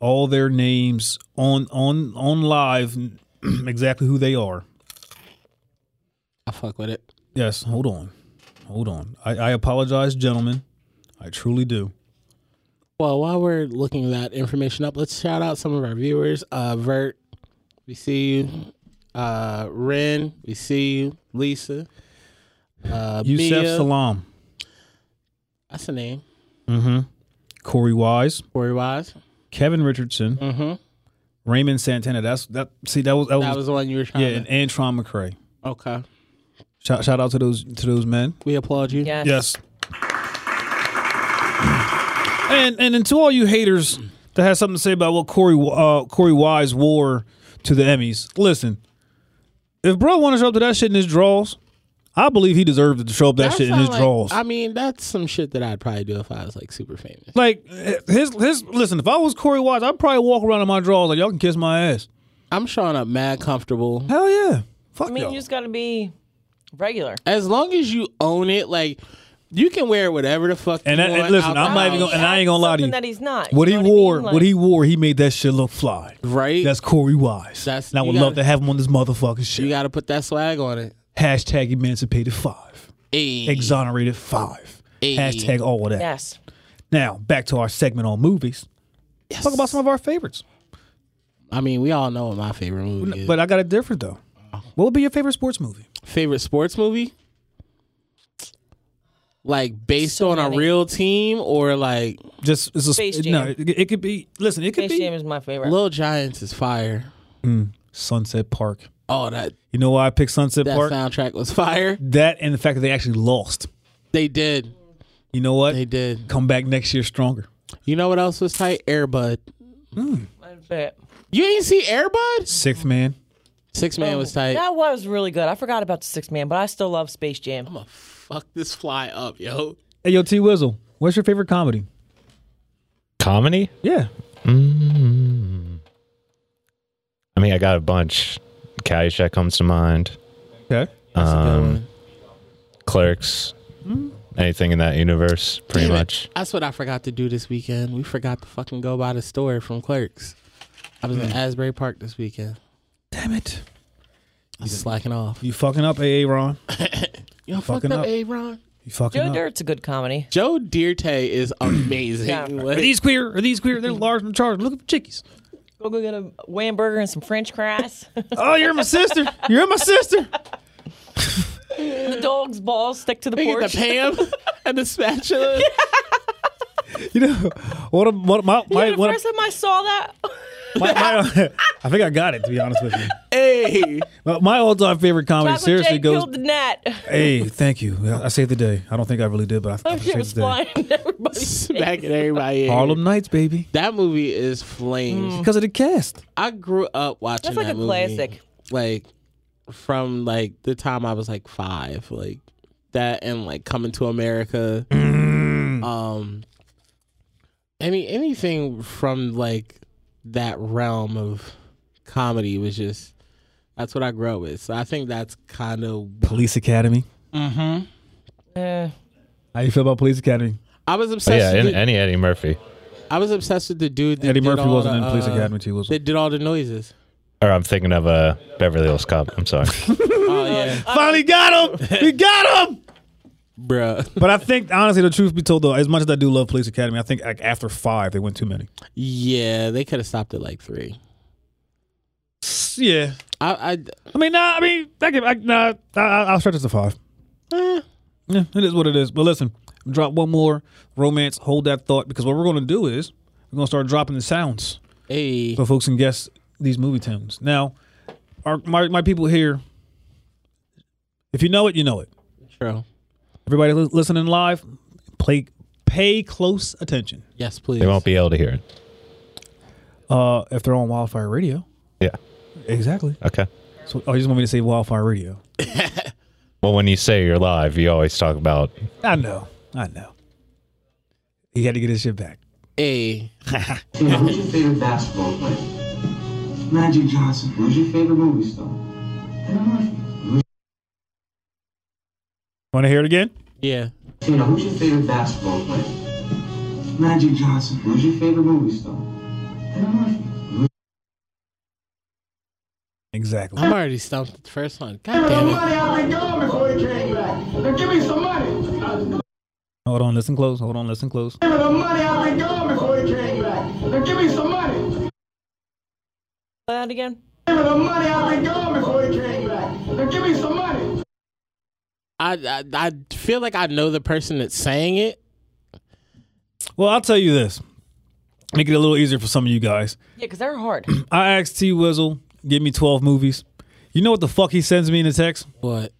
all their names on on on live, exactly who they are.
I fuck with it.
Yes, hold on. Hold on. I, I apologize, gentlemen. I truly do.
Well, while we're looking that information up, let's shout out some of our viewers. Uh, Vert, we see you. Uh, Ren, we see you. Lisa, uh,
Yusef
Mia,
Salam.
that's the name.
Corey Wise.
Corey Wise.
Kevin Richardson. Raymond Santana. That's that see that was that,
That
was,
was the one you were trying.
yeah,
to-
and, and Tron McCray.
okay.
Shout, shout out to those to those men.
We applaud you.
yeah.
Yes. And and then to all you haters that has something to say about what Corey uh, Corey Wise wore to the Emmys, listen. If bro wanted to show up to that shit in his draws, I believe he deserved to show up that, shit in
sound
his
like-
draws.
I mean, that's some shit that I'd probably do if I was like super famous.
Like his his listen, if I was Corey Wise, I'd probably walk around in my drawers like y'all can kiss my ass.
I'm showing up mad comfortable.
Hell yeah. Fuck
I mean,
y'all.
you just gotta be regular.
As long as you own it, like you can wear whatever the fuck.
And
you
that- and
want
listen, I'm
out
not
the
even gonna-
house,
and I ain't gonna lie to
Something
you.
That he's not. you
what he
know I
wore,
mean?
what
Like,
he wore, he made that shit look fly.
right.
That's Corey Wise.
That's-
and I
you
would
gotta-
love to have him on this motherfucking shit.
you got to put that swag on it.
Hashtag emancipated five.
Ayy.
Exonerated five.
Ayy.
Hashtag all of that.
Yes.
Now back to our segment on movies. Talk about some of our favorites.
I mean, we all know what my favorite movie is.
But I got it different though.
Uh-huh.
What would be your favorite sports movie?
favorite sports movie? Like based
So
on
many.
a real team or like
Just it's a
Space
no.
Jam.
It, it could be. Listen, it could be
Space Jam is my favorite.
Little Giants is fire.
Sunset Park.
Oh, that
You know why I picked Sunset
that
Park?
soundtrack was fire.
that and the fact that they actually lost.
They did.
You know what?
They did.
Come back next year stronger.
You know what else was tight? Airbud.
That's it.
You ain't see Airbud?
Sixth man.
Six Man was tight.
Oh, That was really good. I forgot about the six man, but I still love Space Jam.
I'ma fuck this fly up, yo.
Hey, yo, T Wizzle, what's your favorite comedy?
Comedy?
Yeah.
I mean, I got a bunch. Caddyshack comes to mind.
Okay.
Um, clerks. Anything in that universe, pretty
Damn it.
much.
That's what I forgot to do this weekend. We forgot to fucking go by the store from Clerks. I was
Mm.
in Asbury Park this weekend.
Damn it.
I'm slacking off.
You fucking up, AA Ron.
Y'all
fucking
fucked up,
up.
Aaron.
You fucking
Joe
up.
Dirt's a good comedy.
Joe Dirte is amazing.
Yeah.
Are
Like,
these queer? Are these queer? They're large and charged. Look at the chickies.
Go go get a wham burger and some French fries.
Oh, you're my sister. You're my sister.
the dog's balls stick to the
they get
porch.
the Pam and the spatula.
You know what? a- What? a- My,
You know,
my,
the
what a-
first time I saw that,
my, my- I think I got it. To be honest with you,
Hey,
my, my all-time favorite comedy
Chocolate
seriously
Jay
goes.
killed the gnat. That
Hey, thank you. I saved the day. I don't think I really did, but I, I
shit
saved
was
the day.
flying in everybody's face.
smacking everybody. in.
Harlem Nights, baby.
That movie is flames.
Because of the cast.
I grew up watching
Mm. That's like
that
a
movie.
classic.
Like from like the time I was like five, like that, and like coming to America. Um, any anything from like that realm of comedy was just that's what I grew up with. So I think that's kind of
Police Academy.
mm-hmm.
Eh,
How you feel about Police Academy?
I was
But
obsessed.
Oh, yeah,
with
any,
the,
any Eddie Murphy.
I was obsessed with the dude. That
Eddie
did
Murphy
all
wasn't
the,
in Police
uh,
Academy. He was.
That did all the noises.
Or I'm thinking of uh, Beverly Hills Cop. I'm sorry.
Oh yeah,
Finally got him. we got him.
bruh.
But I think honestly, the truth be told, though, as much as I do love Police Academy, I think like after five, they went too many.
Yeah, they could have stopped at like three.
Yeah.
I,
I mean, nah. I mean, I can, I, nah. I, I- I'll stretch it to five.
I eh,
Yeah, it is what it is. But listen, drop one more romance. Hold that thought because what we're going to do is we're going to start dropping the sounds.
hey,
so folks can guess these movie tunes. Now, our, my my people here, if you know it, you know it.
true.
Everybody li- listening live, play pay close attention.
Yes, please.
they won't be able to hear it.
Uh, if they're on Wildfire Radio,
Yeah.
exactly.
Okay.
So, oh, you just want me to say Wildfire Radio?
Well, when you say you're live, you always talk about
I know, I know. He had to get his shit back.
Hey,
Yeah, who's your favorite basketball player? Magic Johnson. Who's your favorite movie star? Eddie Murphy. Who's-
Want to hear it again?
yeah.
You know, who's your favorite basketball player? Magic Johnson. Who's your favorite movie star? Eddie Murphy. Who's-
Exactly.
I'm already stumped at the first one. God damn it.
I've been gone before he came back. Now give me some money.
Hold on, listen close. Hold on, listen close.
Give me the money. I've been gone before he came back. Now give me some money.
play that again.
Give me the money. I've been gone before he came back. Now give me some money.
I, I I feel like I know the person that sang it.
Well, I'll tell you this. Make it a little easier for some of you guys.
Yeah, because they're hard.
I asked T Wizzle, give me 12 movies. You know what the fuck he sends me in a text?
What?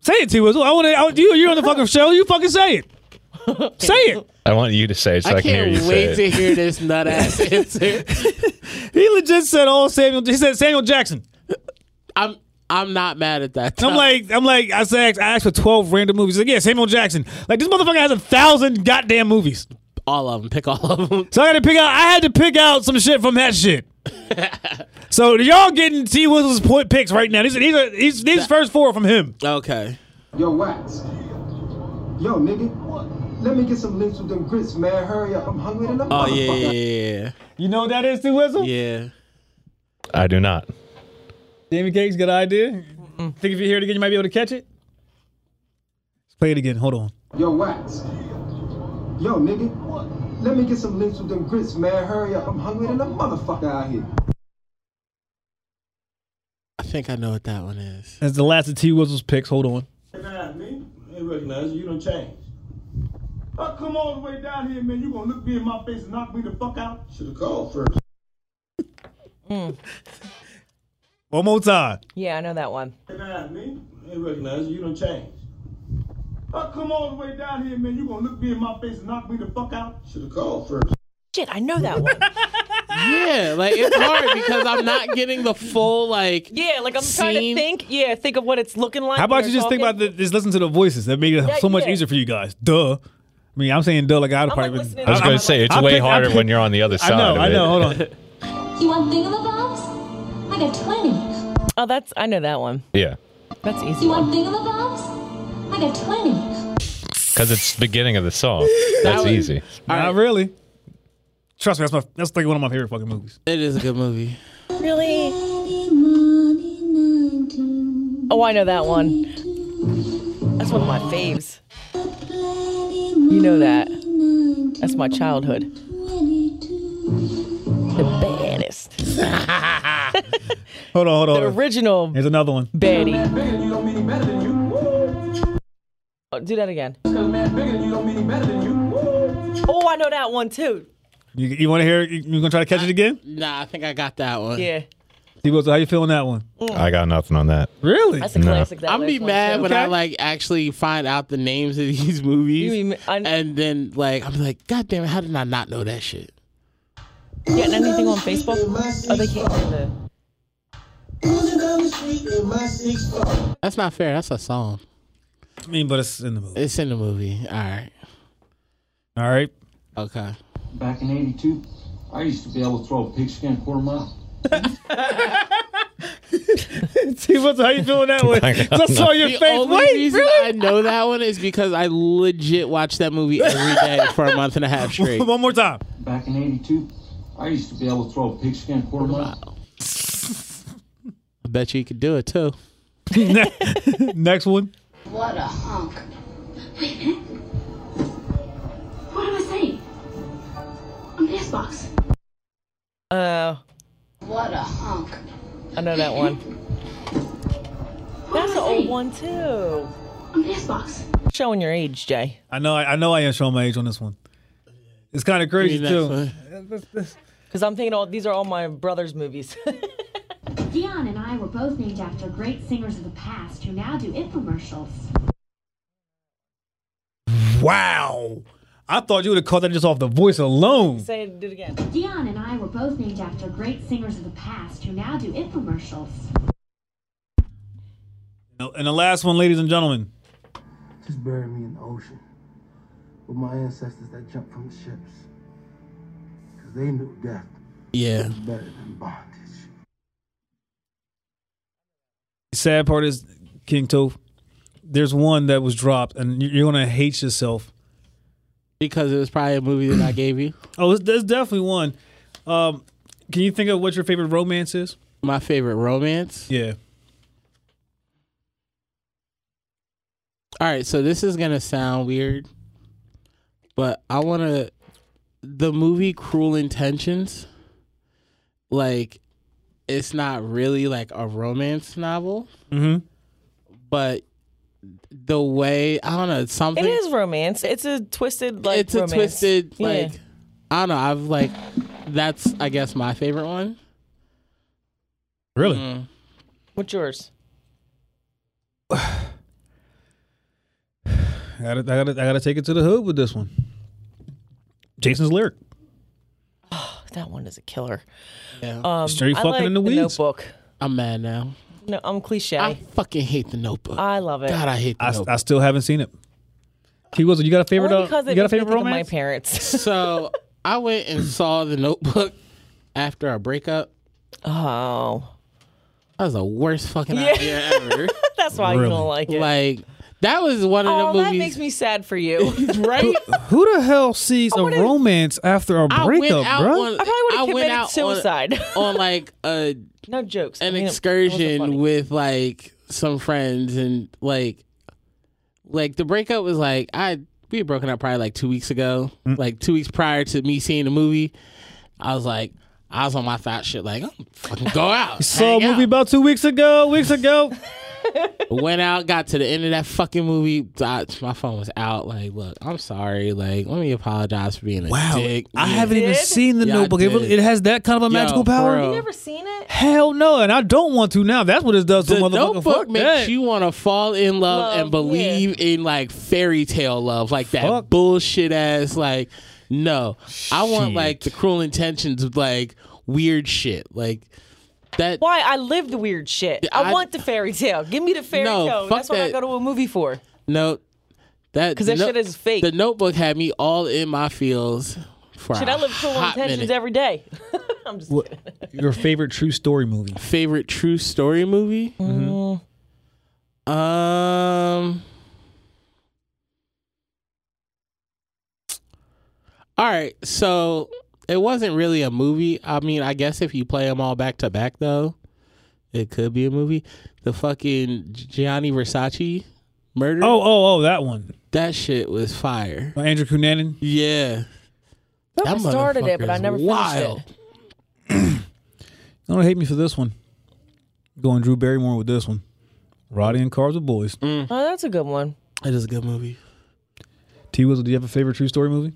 Say it, T Wizzle. I want to. You, you're on the fucking show. You fucking say it. Say it.
I want you to say it so I,
I
can hear
can't
you say
wait
it.
to hear this nut ass answer.
He legit said all Samuel. He said Samuel Jackson.
I'm I'm not mad at that.
And I'm like, I'm like, I said, I asked for 12 random movies. He's like, yeah, Samuel Jackson. Like this motherfucker has a thousand goddamn movies.
all of them. Pick all of them.
So I had to pick out. I had to pick out some shit from that shit. so y'all getting T Wizzle's point picks right now. These these are these, these first four are from him.
Okay.
Yo, Wax. Yo, nigga. Let me get some links with them grits, man. Hurry up. I'm hungry than a
Oh yeah, yeah, yeah,
You know what that is, T Wizzle?
yeah. yeah.
I do not.
Jamie Cakes, good idea. Think if you hear it again, you might be able to catch it. Let's play it again. Hold on.
Yo, Wax. Yo, nigga. Let me get some links with them grits, man. Hurry up. I'm hungry than a motherfucker out here.
I think I know what that one is.
That's the last of T Wizzle's picks. Hold on.
Recognize me? They recognize you. You done changed. Fuck, come all the way down here, man. You gonna look me in my face and knock me the fuck out? Should've called first.
One more time.
Yeah, I know that one.
Recognize me? They recognize you. You done changed. Fuck, come all the way down here, man. You gonna look me in my face and knock me the fuck out? Should've called first.
Shit, I know that one.
Yeah, like it's hard because I'm not getting the full like.
Yeah, like I'm trying to
Scene.
think. Yeah, think of what it's looking like.
How
when
about
they're
you just think
talking.
about the, just listen to the voices? That made it
Yeah,
so much
yeah.
easier for you guys. Duh. I mean, I'm saying duh like I'd
like
probably.
listening
I was
I'm-
going
I'm-
to say it's
I'm
way
pick- I'm
harder
pick-
when you're on the other
I
side.
know.
of
I
it.
know. Hold on.
You want thingamabobs? I got 20.
Oh, that's I know that one.
Yeah,
That's an easy
You
one.
want thingamabobs? I got 20.
because it's the beginning of the song. That's
was-
easy.
Not really. Trust me, that's my that's like one of my favorite fucking movies.
It is a good movie.
Really? Oh, I know that one. That's one of my faves. You know that. That's my childhood. The baddest.
Hold on, hold on.
The original.
Here's another one.
Baddie. Oh, do that again. Oh, I know that one too.
You, you want to hear? You, you gonna try to catch it again?
Nah, I think I got that one.
Yeah.
Debo, so how you feeling that one?
I got nothing on that.
Really?
That's a No. classic,
that
I'm
last
be
one,
mad
too.
when I
Okay.
like actually find out the names of these movies, and then like I'm like, God damn it, how did I not know that shit?
Getting anything on Facebook? Oh, they can't hear the.
That's not fair. That's a song.
I mean, but it's in the movie.
It's in the movie. All right.
All right.
Okay.
Back in 82, I used to be able to throw a pigskin a quarter mile.
Debo, so how you feeling that one? 'Cause I saw your
the
face.
Only
Wait,
reason
really?
I know that one is because I legit watched that movie every day for a month and a half straight.
One more time.
Back in 82, I used to be able to throw a pigskin a quarter mile.
I bet you could do it too.
Next one.
What a hunk. Wait a minute. What am I saying? I'm the Xbox.
Uh,
What a hunk.
I know that one. That's an old one too.
I'm the Xbox.
Showing your age, Jay.
I know. I, I know. I am showing my age on this one. It's kind of crazy
Give me the next
too.
Because I'm thinking all these are all my brother's movies.
Dion and I were both named after great singers of the past who now do infomercials.
Wow. I thought you would have caught that just off the voice alone.
Say it, do it again. Dion and I were both named after great singers of the past who now do infomercials.
And the last one, ladies and gentlemen.
Just bury me in the ocean with my ancestors that jumped from the ships. Because they knew death
Yeah.
was better than bondage.
The sad part is, King Tove, there's one that was dropped, and you- you're gonna hate yourself.
Because it was probably a movie that I gave you.
Oh, it's- there's definitely one. Um, can you think of what your favorite romance is?
My favorite romance.
Yeah.
All right, so this is gonna sound weird, but I want to the movie Cruel Intentions. Like, it's not really like a romance novel,
Mm-hmm.
but the way I don't know something.
it is romance. It's a twisted like.
It's a
romance.
twisted
Yeah.
like. I don't know. I've like that's I guess my favorite one.
Really?
Mm.
What's yours?
I gotta, I gotta, I gotta take it to the hood with this one. Jason's lyric.
That one is a killer.
Yeah.
Um, I like Notebook.
I'm mad now.
No, I'm cliche.
I fucking hate the Notebook.
I love it.
God, I hate the
I,
Notebook.
I still haven't seen it. He was. You got a favorite?
Only
Uh,
because it
you got a
makes me
favorite
think of
romance?
my parents.
so I went and saw the Notebook after a breakup.
Oh,
that was the worst fucking
Yeah.
idea ever.
That's why you don't like it.
Like that was one of
oh,
the
that
movies.
makes me sad for you.
right?
Who the hell sees
Oh,
a romance after a
I
breakup,
went out
bro?
on.
I probably would've
went
committed
out on-
suicide.
on, like a
no jokes.
an
I mean, it wasn't
excursion
funny.
with like some friends and like like the breakup was like I we had broken up probably like two weeks ago,
Mm.
like two weeks prior to me seeing the movie. I was like, I was on my thought shit like, I'm gonna fucking go out.
You saw a
hang out.
movie about two weeks ago. Weeks ago.
went out, got to the end of that fucking movie. I, my phone was out. Like, look, I'm sorry. Like, let me apologize for being a
Wow,
dick.
I
Yeah.
haven't even seen the
Yeah, I
Notebook. It, really-
did.
it has that kind of a
Yo,
magical power.
bro.
You never seen it?
Hell no, and I don't want to now. That's what it does to
The
motherfucking fuck
notebook makes
that.
you want to fall in love,
Love,
and believe in like fairy tale love, like that
Fuck.
bullshit ass. Like, no, I want
Shit.
like the cruel intentions of like weird shit, like that.
Why I live the weird shit. I,
I-
want the fairy tale. Give me the fairy
No,
tale.
fuck
That's what I
that.
go to a movie for.
No, that
'Cause
the
that shit is fake.
The notebook had me all in my feels. For
Should
a
I live full
Ah, hot
intentions
minute.
every day? I'm just kidding.
Your favorite true story movie?
favorite true story movie?
Mm,
Um. All right, so it wasn't really a movie. I mean, I guess if you play them all back to back, though, it could be a movie. The fucking Gianni Versace Murder.
Oh, oh, oh, that one.
That shit was fire.
By Andrew Cunanan.
Yeah.
I started it, but I never
wild.
finished it.
Don't hate me for this one. Going Drew Barrymore with this one. Roddy and Cars with Boys.
Oh, that's a good one.
It is a good movie.
T Wizzle, do you have a favorite true story movie?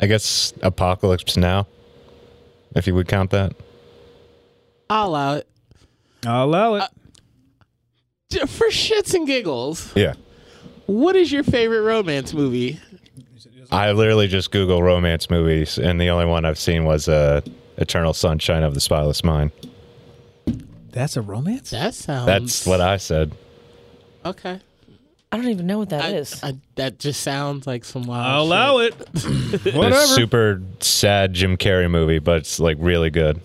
I guess Apocalypse Now, if you would count that.
I'll allow it.
I'll allow it.
J- For shits and giggles,
Yeah.
what is your favorite romance movie?
I literally just Google romance movies, and the only one I've seen was uh, Eternal Sunshine of the Spotless Mind.
That's a romance?
That sounds.
That's what I said.
Okay.
I don't even know what that is.
I, that just sounds like some wild.
I'll allow it.
It's a super sad Jim Carrey movie, but it's like really good.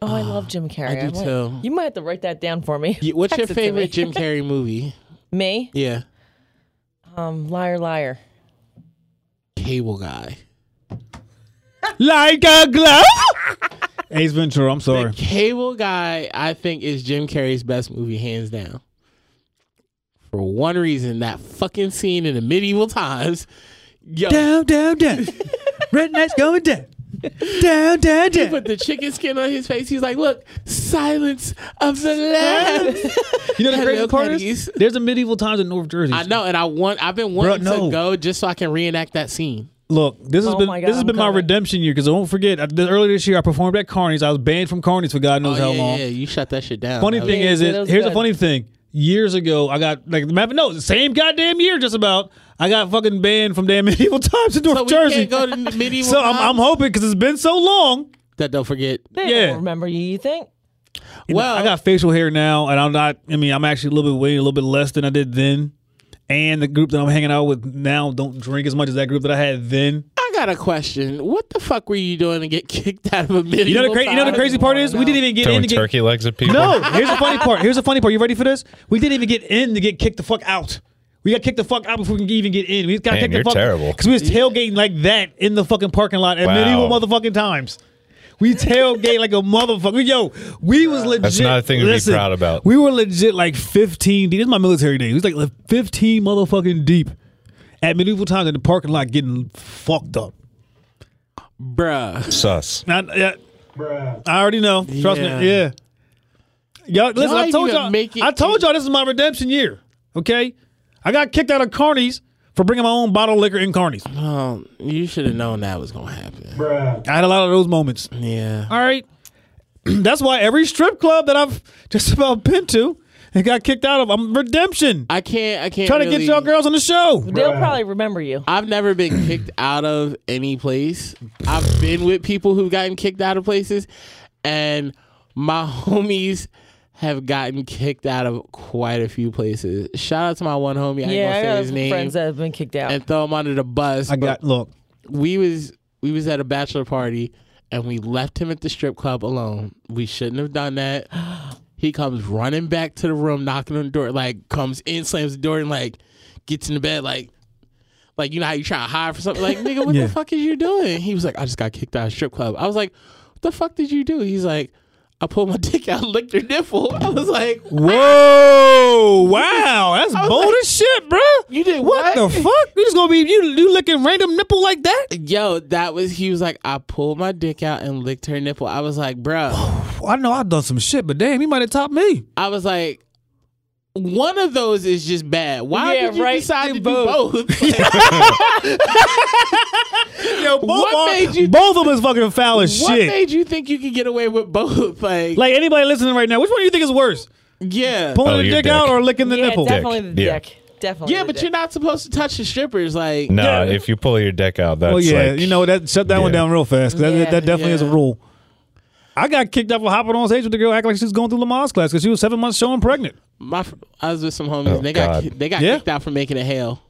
Oh, I love Jim Carrey.
I do
might-
too.
You might have to write that down for me.
Y- What's your
Text it to me.
favorite Jim Carrey movie?
me?
Yeah,
Um, liar, liar.
Cable Guy.
like a glove. Ace Ventura, I'm sorry.
Cable Guy, I think, is Jim Carrey's best movie, hands down. For one reason, that fucking scene in the medieval times. Yo,
Down, down, down. Redneck's going down. Down, down,
he
down.
put the chicken skin on his face. He's like, look, silence of the lambs.
You know the
Hello,
crazy part is
kitties.
there's a medieval times in North Jersey.
I know, and I want. I've been wanting
no.
to go just so I can reenact that scene.
Look, this has
Oh
been
my God,
this has
I'm
been my
coming.
redemption year because don't forget I, th- earlier this year I performed at Carney's. I was banned from Carney's for God knows
oh,
how
yeah,
long.
yeah, you shut that shit down.
Funny
That
thing
Yeah,
is,
yeah,
is
that was
here's the
good.
funny thing. Years ago, I got like matter- no, the same goddamn year, just about. I got fucking banned from damn medieval times in North
So we can't
Jersey.
go to the medieval
so I'm, I'm
times?
hoping because it's been so long.
that don't forget.
They
Yeah.
don't remember you, you think?
Well,
I got facial hair now, and I'm not. I mean, I'm actually a little bit way, a little bit less than I did then. And the group that I'm hanging out with now don't drink as much as that group that I had then.
I got a question. What the fuck were you doing to get kicked out of a medieval?
You know the cra- you know the
times?
crazy part is we didn't even get in
Throwing
to get
turkey legs at people.
No, here's the funny part. Here's the funny part. You ready for this? We didn't even get in to get kicked the fuck out. We got kicked the fuck out before we can even get in. We got
Man,
kicked the
you're
fuck
terrible.
because we was tailgating like that in the fucking parking lot at
Wow.
medieval motherfucking times. We tailgate like a motherfucker. Yo, we was legit.
not a thing to be
listen,
proud about.
We were legit like 15 deep. This is my military day. It was like le- 15 motherfucking deep at medieval times in the parking lot getting fucked up.
bruh.
Sus.
Not, uh, yeah, I already know. Trust
Yeah.
me. Yeah. Y'all, listen,
Y'all
I
ain't
told
even
y'all.
make it
I told
to-
y'all this is my redemption year. Okay, I got kicked out of Carney's for bringing my own bottle of liquor in Carney's. I
Um, you should have known that was gonna happen.
had a lot of those moments.
Yeah.
All right, that's why every strip club that I've just about been to and got kicked out of, I'm redemption.
I can't. I can't.
Trying to get
really-
y'all girls on the show.
They'll probably remember you.
I've never been kicked out of any place. I've been with people who've gotten kicked out of places, and my homies have gotten kicked out of quite a few places. Shout out to my one homie. I ain't
yeah, I
gonna say
got
his
some
name
friends that have been kicked out.
and throw him under the bus.
I
but
got look.
we was we was at a bachelor party and we left him at the strip club alone. We shouldn't have done that. He comes running back to the room, knocking on the door, like comes in, slams the door, and like gets in the bed, like like you know how you try to hide for something. Like nigga, what
Yeah.
the fuck is you doing? He was like, I just got kicked out of strip club. I was like, what the fuck did you do? He's like, I pulled my dick out, licked her nipple. I was like,
Whoa! Wow, that's
was
bold
like-
as shit, bro.
you did
What,
what?
the fuck? You just gonna be you, you licking random nipple like that?
Yo, that was he was like, I pulled my dick out and licked her nipple. I was like, bruh.
I know I've done some shit, but damn, he might have topped me.
I was like, one of those is just bad. Why
Yeah,
did you
right,
decide
do
to
both.
do both? Like,
Yo, both,
What
are-
made you-
both of them is fucking foul as
what
Oh, shit.
made you think you could get away with both? Like,
like anybody listening right now, which one do you think is worse,
yeah,
pulling
Oh,
the
your
dick,
dick.
out or licking the
yeah,
nipple?
definitely
Dick,
the
yeah.
dick. Definitely.
yeah,
the
but you're
dick.
not supposed to touch the strippers. Like,
No,
Yeah.
if you pull your dick out, that's
Oh yeah,
like,
you know that shut that one
Yeah.
down real fast. 'cause That,
Yeah,
that definitely is a
yeah.
rule. I got kicked out for hopping on stage with the girl, acting like she was going through Lamar's class because she was seven months showing pregnant.
my, fr- I was with some homies.
Oh,
and they got
God.
ki- they got
Yeah.
kicked out for making a hail.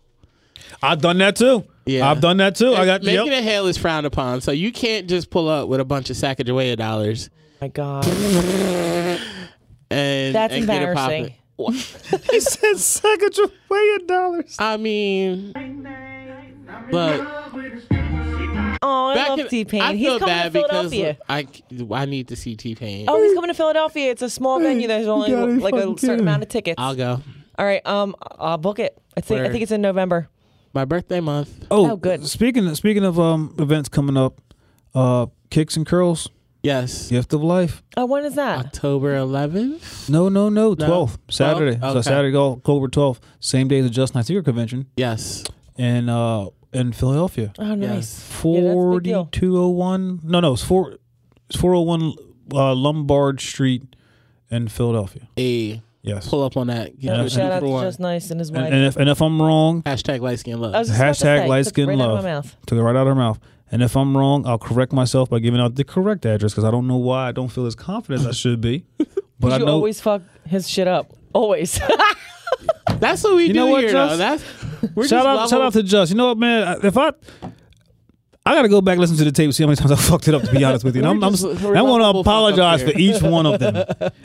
I've done that too.
Yeah.
I've done that too. Oh, I got
making
yep.
a hail is frowned upon, so you can't just pull up with a bunch of Sacagawea dollars
Oh my God.
and
That's
and get it poppin'.
embarrassing.
He said Sacagawea dollars.
I mean, look.
Oh, I
back
love
in-
T
I
Pain.
feel
He's coming to
bad because
Philadelphia.
I I need to see T Pain.
Oh, he's coming to Philadelphia. It's a small venue. There's only
gotta be
like a
fucking
certain
kidding me.
amount of tickets.
I'll go.
All All right. Um, I'll book it. I think I
Word.
think it's in November.
My birthday month.
Oh, good.
Speaking of, speaking of um events coming up, uh, kicks and curls.
Yes.
Gift of life.
Oh, when is that?
October 11th.
No, no, no. Twelfth Saturday.
12th?
So
Okay.
Saturday, October twelfth, same day as the Just Night Secret Convention.
Yes.
And uh, in Philadelphia.
Oh, nice.
Forty two oh one. No, no, it's four. It's four oh one uh, Lombard Street in Philadelphia.
A
yes.
Pull up on that. Get
Yeah,
you a
and-
two
shout
out
for
to
one.
Just Nice and his
And,
wife.
and if and if I'm wrong,
hashtag light skin love.
I was just about to
hashtag
say,
light
took
skin
right out of
love
my mouth.
took it right out of her mouth. And if I'm wrong, I'll correct myself by giving out the correct address because I don't know why I don't feel as confident as I should be. But I
you
know
always fuck his shit up. Always.
That's what we
You know what, Just?
we're
shout
just
out, shout
level-
out to Just. You know what, man? I- If I I gotta go back and listen to the tape, see how many times I fucked it up. To be honest with you, And I'm,
We're
I'm,
just- we're
I want to
lovable fuck up
apologize for
here.
each one of them,
we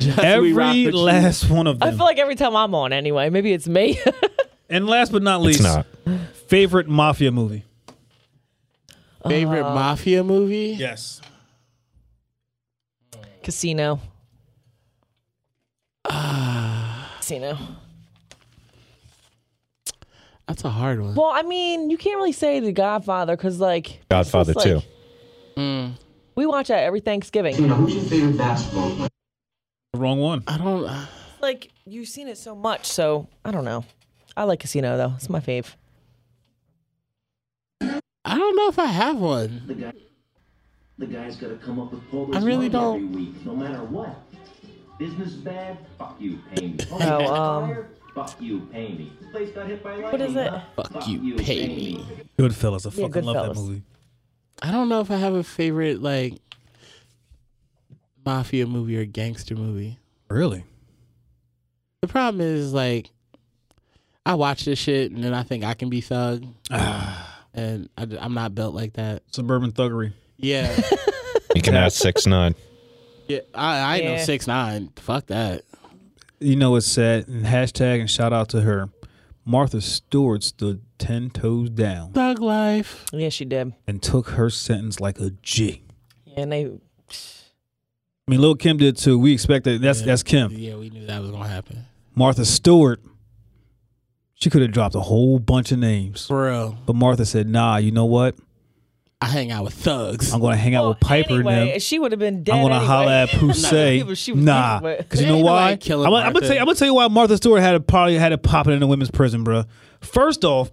rock
every
with you.
last one of
I
them.
feel like every time I'm on anyway. Maybe it's me.
And last but not least,
not.
favorite mafia movie.
Favorite
Uh-huh.
mafia movie?
Yes.
Casino. Ah. Casino.
That's a hard one.
Well, I mean, you can't really say The Godfather because, like,
Godfather
It's just
too.
like- Mm. we watch that every Thanksgiving.
Tina, who's your favorite basketball player?
Wrong one.
I don't.
Like, you've seen it so much, so I don't know. I like Casino though; it's my fave.
I don't know if I have one.
The guy, the guy's got to come up with Polo's
I
money every
really don't-
week, no matter what. Business bad, fuck you, pay me.
Oh,
Business
um,
tired? fuck you, pay me. Place got hit by lightning.
What is it?
huh?
Fuck you, pay me.
Goodfellas. I
Yeah,
fucking love that
Goodfellas.
movie.
I don't know if I have a favorite like mafia movie or gangster movie.
Really?
The problem is like I watch this shit and then I think I can be thug, and I, am not built like that.
Suburban thuggery.
Yeah,
You can ask six nine.
yeah. I, I ain't
Yeah.
no six nine. Fuck that.
You know it's sad. And hashtag and shout out to her. Martha Stewart stood ten toes down
Thug life.
Yeah, she did.
and took her sentence like a G.
And they,
I mean, Lil Kim did too. We expect that. That's that's Kim.
Yeah, we knew that was gonna happen.
Martha Stewart. She could have dropped a whole bunch of names,
For real.
but Martha said, "Nah, you know what?
I hang out with thugs.
I'm going to hang out with Piper and
anyway,
them.
she would have been dead.
I'm going to
anyway.
holla at
She was- she
Poussey.
was
Nah,
evil, but-
because you know
Ain't nobody
why? I'm,
killing
gonna- I'm gonna
Martha.
tell you. I'm gonna tell you why Martha Stewart had it probably had it popping in the women's prison, bro. First off,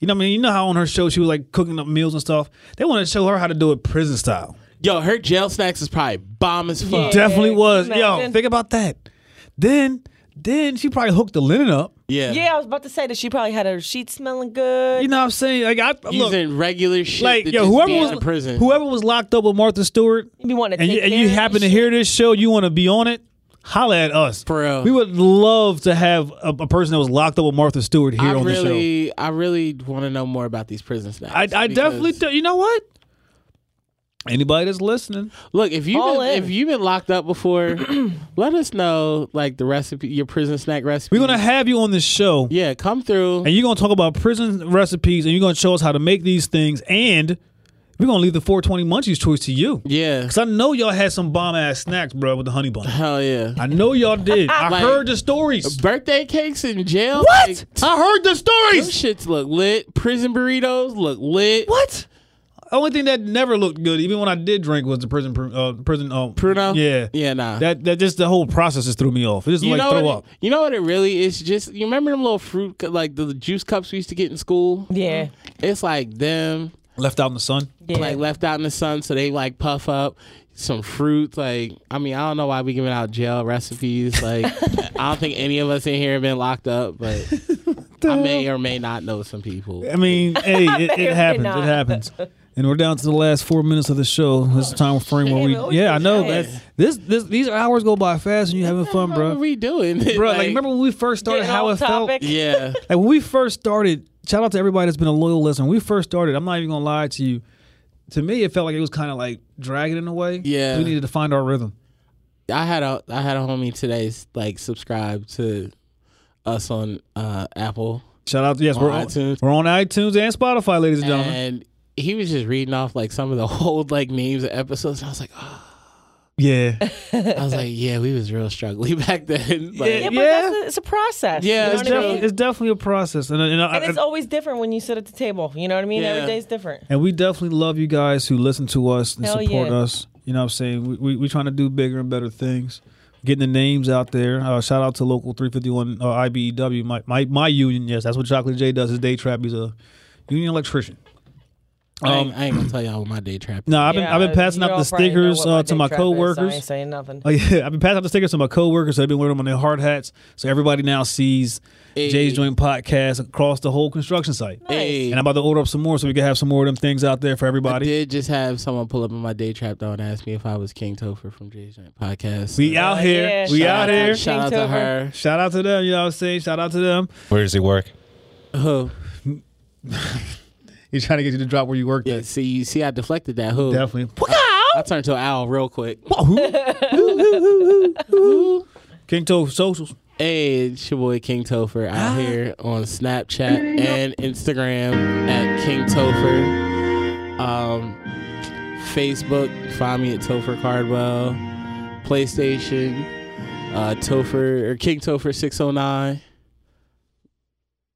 you know, what I mean, you know how on her show she was like cooking up meals and stuff. They wanted to show her how to do it prison style.
Yo, her jail snacks is probably bomb as fuck. Yeah.
Definitely
can
was.
you
Yo,
imagine?
think about that. Then, then she probably hooked the linen up.
Yeah, I was about to say that she probably had her sheets smelling good.
You know what I'm saying? Like I look,
Using regular shit.
like
that
yo,
just
whoever
be
was
in prison.
whoever was locked up with Martha Stewart,
You want to
and
take
you, and
care
you
of
happen
that
to
shit.
hear this show, you want to be on it. Holla at us,
For real.
We would love to have a, a person that was locked up with Martha Stewart here
I
on the show.
really, I really want to know more about these prison snacks.
I, I
because-
definitely do. You know what? Anybody that's listening,
look if you
All in.
if you've been locked up before, let us know like the recipe, your prison snack recipe.
we're gonna have you on this show,
yeah, come through.
and you're gonna talk about prison recipes, and you're gonna show us how to make these things, and we're gonna leave the 420 munchies choice to you.
yeah,
Cause I know y'all had some bomb ass snacks, bro, with the honey bun.
hell yeah.
I know y'all did. I
Like-
heard the stories.
Birthday cakes in jail.
What?
Like,
I heard the
them
stories.
shits look lit. Prison burritos look lit.
What? Only thing that never looked good, even when I did drink, was the prison pr- uh, prison uh,
Pruno?
Yeah,
Yeah, nah.
That that just the whole process just threw me off. It just
You
like
know,
throw
what
up.
It, you know what it really is? Just you remember them little fruit cu- like the juice cups we used to get in school.
Yeah,
It's like them
Left out in the sun.
yeah.
like left out in the sun, so they like puff up some fruit. Like I mean, I don't know why we giving out jail recipes. Like I don't think any of us in here have been locked up, but I may or may not know some people.
I mean, hey, it,
Maybe
it happens. It
not.
happens. And we're down to the last four minutes of the show. This is the time frame where
shit,
we.
it always
Yeah, I
goes
know.
fast.
That, this this these hours go by fast, and you having fun,
What are
bro.
we doing,
Bro, like, remember when we first started?
Getting
How
off
it felt.
topic.
Yeah,
Like when we first started, shout out to everybody that's been a loyal listener. When we first started, I'm not even gonna lie to you. To me, it felt like it was kind of like dragging in a way.
Yeah.
we needed to find our rhythm.
I had a I had a homie today like subscribe to us on uh Apple.
Shout out, yes,
On
we're on
iTunes.
we're on iTunes and Spotify, ladies and gentlemen.
And he was just reading off like some of the old like names of episodes. And I was like, oh,
Yeah.
I was like, yeah, we was real struggling back then. Like,
yeah, but That's a, it's a process.
Yeah,
you know
it's,
what I mean?
definitely, it's definitely a process, and and, I-
and it's always different when you sit at the table. You know what I mean?
Yeah.
Every day's different.
and we definitely love you guys who listen to us and
Hell
support
yeah.
us. You know what I'm saying? We, we, we trying to do bigger and better things. Getting the names out there. Uh, shout out to local 351 uh, IBEW, my, my my union. Yes, that's what Chocolate J does. His day trap. He's a union electrician.
I, ain't, Um, I ain't gonna tell y'all what my day trap.
No, I've been
Yeah, uh,
I've been passing
you
out
all
the
probably know
stickers
what my
uh, to
day
my
trap is, so I ain't
coworkers.
saying nothing.
Oh yeah, I've been passing out the stickers to my coworkers. So they've been wearing them on their hard hats. So everybody now sees Jay's Joint podcast across the whole construction site. And I'm about to order up some more so we can have some more of them things out there for everybody.
I did just have someone pull up in my day trap though and ask me if I was King Topher from Jay's Joint Podcast.
We out here. we
Shout
out
out-
here.
shout out to her.
Shout out to them. You know what I'm saying? Shout out to them.
Where does he work?
Who?
He's trying to get you to drop where you worked
yeah, See, you see, I deflected that. Who?
Definitely.
I, I turned to an owl real quick.
King Topher socials.
Hey, it's your boy King Topher
Ah.
out here on Snapchat and Instagram at King Topher. Um, Facebook, find me at Topher Cardwell. PlayStation, uh, Topher or King Topher six oh nine.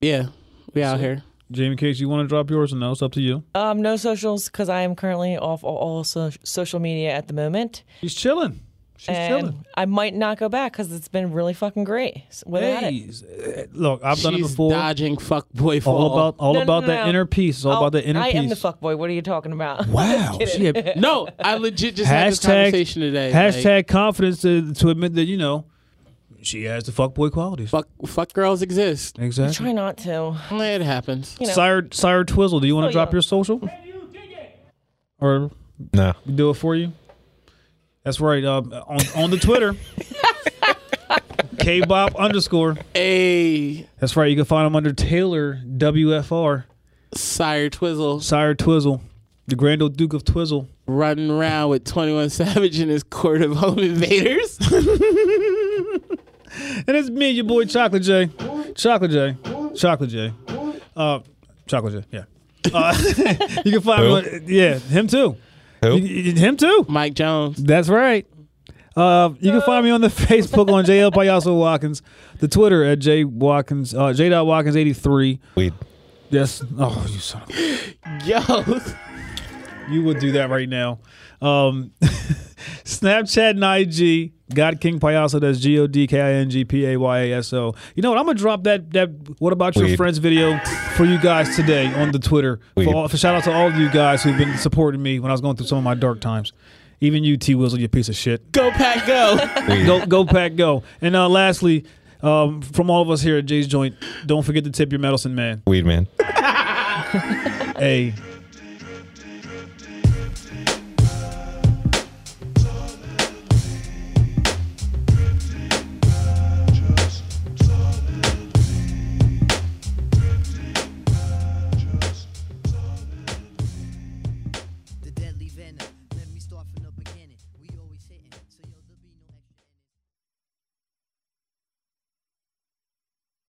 Yeah, we out here.
Jamie, in case you want to drop yours or no, it's up to you.
Um, no socials because I am currently off all, all so- social media at the moment.
She's chilling. She's
and
chilling.
I might not go back because it's been really fucking great s- without it.
Look, I've done it
She's
before.
Dodging fuckboy fall.
All about all
No, no,
about
no,
that
no.
inner peace. It's all
Oh,
about that inner
I
peace.
am the fuckboy. What are you talking about?
Wow,
Just
she
kidding.
had-
no, I legit just had this conversation today.
Hashtag
like-
confidence to, to admit that you know she has the fuckboy qualities.
Fuck, fuck girls exist.
I
Exactly.
try not to.
It happens.
You know.
Sire Sire Twizzle, do you want to
Still
drop
young.
your social? Or
no?
We do it for you. That's right. Uh, on on the Twitter, kbop underscore.
Hey,
That's right. You can find him under Taylor WFR.
Sire Twizzle.
Sire Twizzle, the Grand Old Duke of Twizzle.
running around with 21 Savage in his court of home invaders.
And it's me, your boy Chocolate J. Chocolate J. Chocolate J. Uh, Chocolate J. Yeah. Uh, you can find
Who?
him. on- Yeah, him too. You-
Who?
you- him too.
Mike Jones.
That's right. Uh, you can find me on the Facebook on JL Payaso Watkins, the Twitter at J Watkins, uh, J dot Watkins eighty three.
Weed.
Yes. Oh, you son. Of a-
Yo.
you would do that right now. Um, Snapchat and IG. God King Payaso. That's G O D K I N G P A Y A S O. You know what? I'm gonna drop that that What about your
Weed.
friends video for you guys today on the Twitter.
Weed.
For, all, for shout out to all of you guys who've been supporting me when I was going through some of my dark times. Even you, T Wizzle, you piece of shit.
Go pack, go.
go go pack go and uh, lastly um, from all of us here at jay's joint don't forget to tip your medicine man
Weed man.
hey